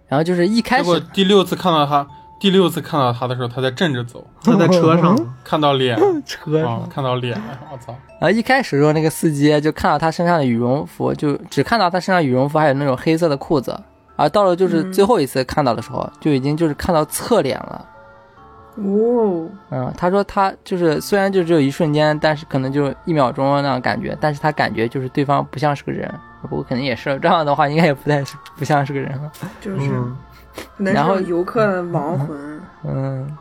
然后就是一开
结果
始，
第六次看到他，第六次看到他的时候，他在正着走，
他在车上，
看到 脸，
车
啊，看到脸，我操，
然呃后一开始的时候，那个司机啊就看到他身上的羽绒服，就只看到他身上羽绒服，还有那种黑色的裤子。而到了就是最后一次看到的时候，就已经就是看到侧脸了。
哦，
嗯，他说他就是虽然就只有一瞬间，但是可能就一秒钟那样感觉，但是他感觉就是对方不像是个人，我肯定也是这样的话，应该也不太是不像是个人了。
就是
嗯，
可能
然后
是游客的亡魂。
嗯，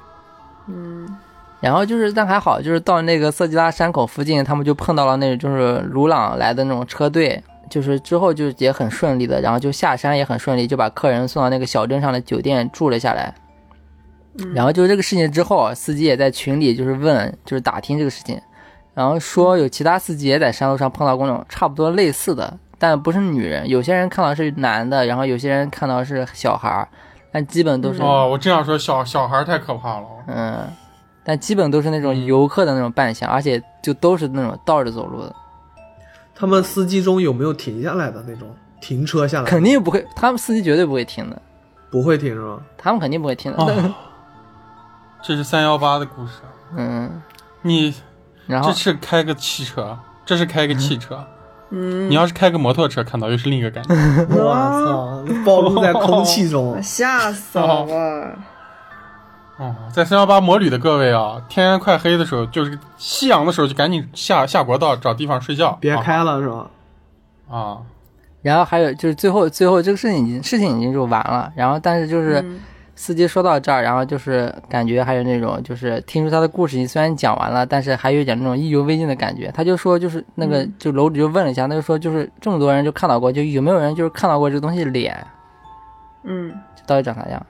嗯，
然后就是但还好，就是到那个色季拉山口附近，他们就碰到了那种就是鲁朗来的那种车队，就是之后就也很顺利的，然后就下山也很顺利，就把客人送到那个小镇上的酒店住了下来。然后就这个事情之后，司机也在群里就是问，就是打听这个事情，然后说有其他司机也在山路上碰到过那种差不多类似的，但不是女人，有些人看到是男的，然后有些人看到是小孩儿，但基本都
嗯
是
哦，我这样说，小小孩太可怕了。哦
嗯，但基本都是那种游客的那种扮相，而且就都是那种倒着走路的，
他们司机中有没有停下来的那种？停车下来
肯定不会，他们司机绝对不会停的，
不会停是吗？
他们肯定不会停的，
嗯
哦，这是三幺八的故事。
嗯，
你
然后
这是开个汽车，这是开个汽车。嗯，你要是开个摩托车，看到又是另一个感
嗯
觉。
我操，暴露在空气中
我，吓死我了！
哦，在三幺八摩旅的各位啊，天快黑的时候，就是夕阳的时候，就赶紧下下国道找地方睡觉，
别
啊
开了是吧？
啊！
然后还有就是最后最后这个事情已经事情已经就完了，然后但是就是
嗯
司机说到这儿，然后就是感觉还有那种就是听说他的故事已经虽然讲完了，但是还有一点那种意犹未尽的感觉。他就说就是那个就楼主就问了一下，他就说就是这么多人就看到过，就有没有人就是看到过这个东西脸
嗯
就到底长啥样？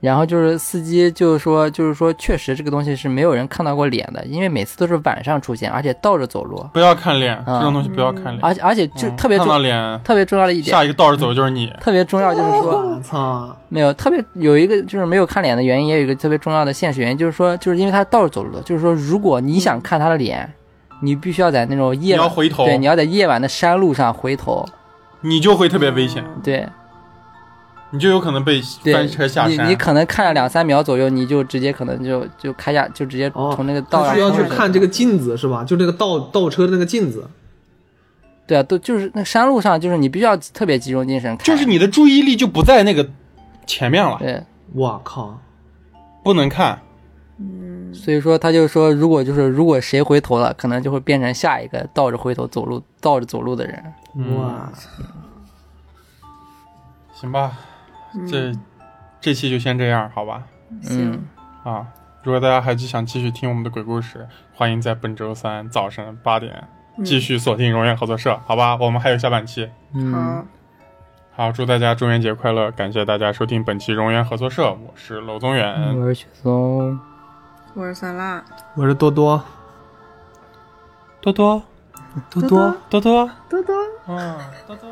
然后就是司机就说就是说确实这个东西是没有人看到过脸的，因为每次都是晚上出现，而且倒着走路，
不要看脸，
啊
这种东西不要看脸。
而且而且啊就
嗯
特别嗯
看到
重
脸，
特别重要的一点
下。一个倒着走就是你。
特别重要就是说，
我操，
没有，特别有一个就是没有看脸的原因，也有一个特别重要的现实原因，就是说，就是因为他倒着走路的，就是说，如果你想看他的脸，你必须要在那种夜
你要
晚
回头
对，你要在夜晚的山路上回头，
你就会特别危险，
对
你就有可能被
对
翻车下，
你
山。
你可能看了两三秒左右，你就直接可能就就开下，就直接
哦
从那个道
他
上
是要
冲
去
过
看这个镜子是吧？就那个倒倒车的那个镜子，
对啊，都就是那山路上，就是你必须要特别集中精
哎
神看，
就是你的注意力就不在那个前面了，
对，
我靠，
不能看。
所以说他就说，如果就是如果谁回头了，可能就会变成下一个倒着回头走路倒着走路的人，
哇，
行吧，
嗯
这这期就先这样，好吧？
嗯。
啊，如果大家还是想继续听我们的鬼故事，欢迎在本周三早晨八点继续锁定荣源合作社，好吧？我们还有下半期。
嗯
好，
好，祝大家中元节快乐！感谢大家收听本期荣源合作社，我是娄宗远，
嗯
我是雪松，
我是酸辣，
我是多多，
多多
多多。
多多，
多多。
嗯，多多。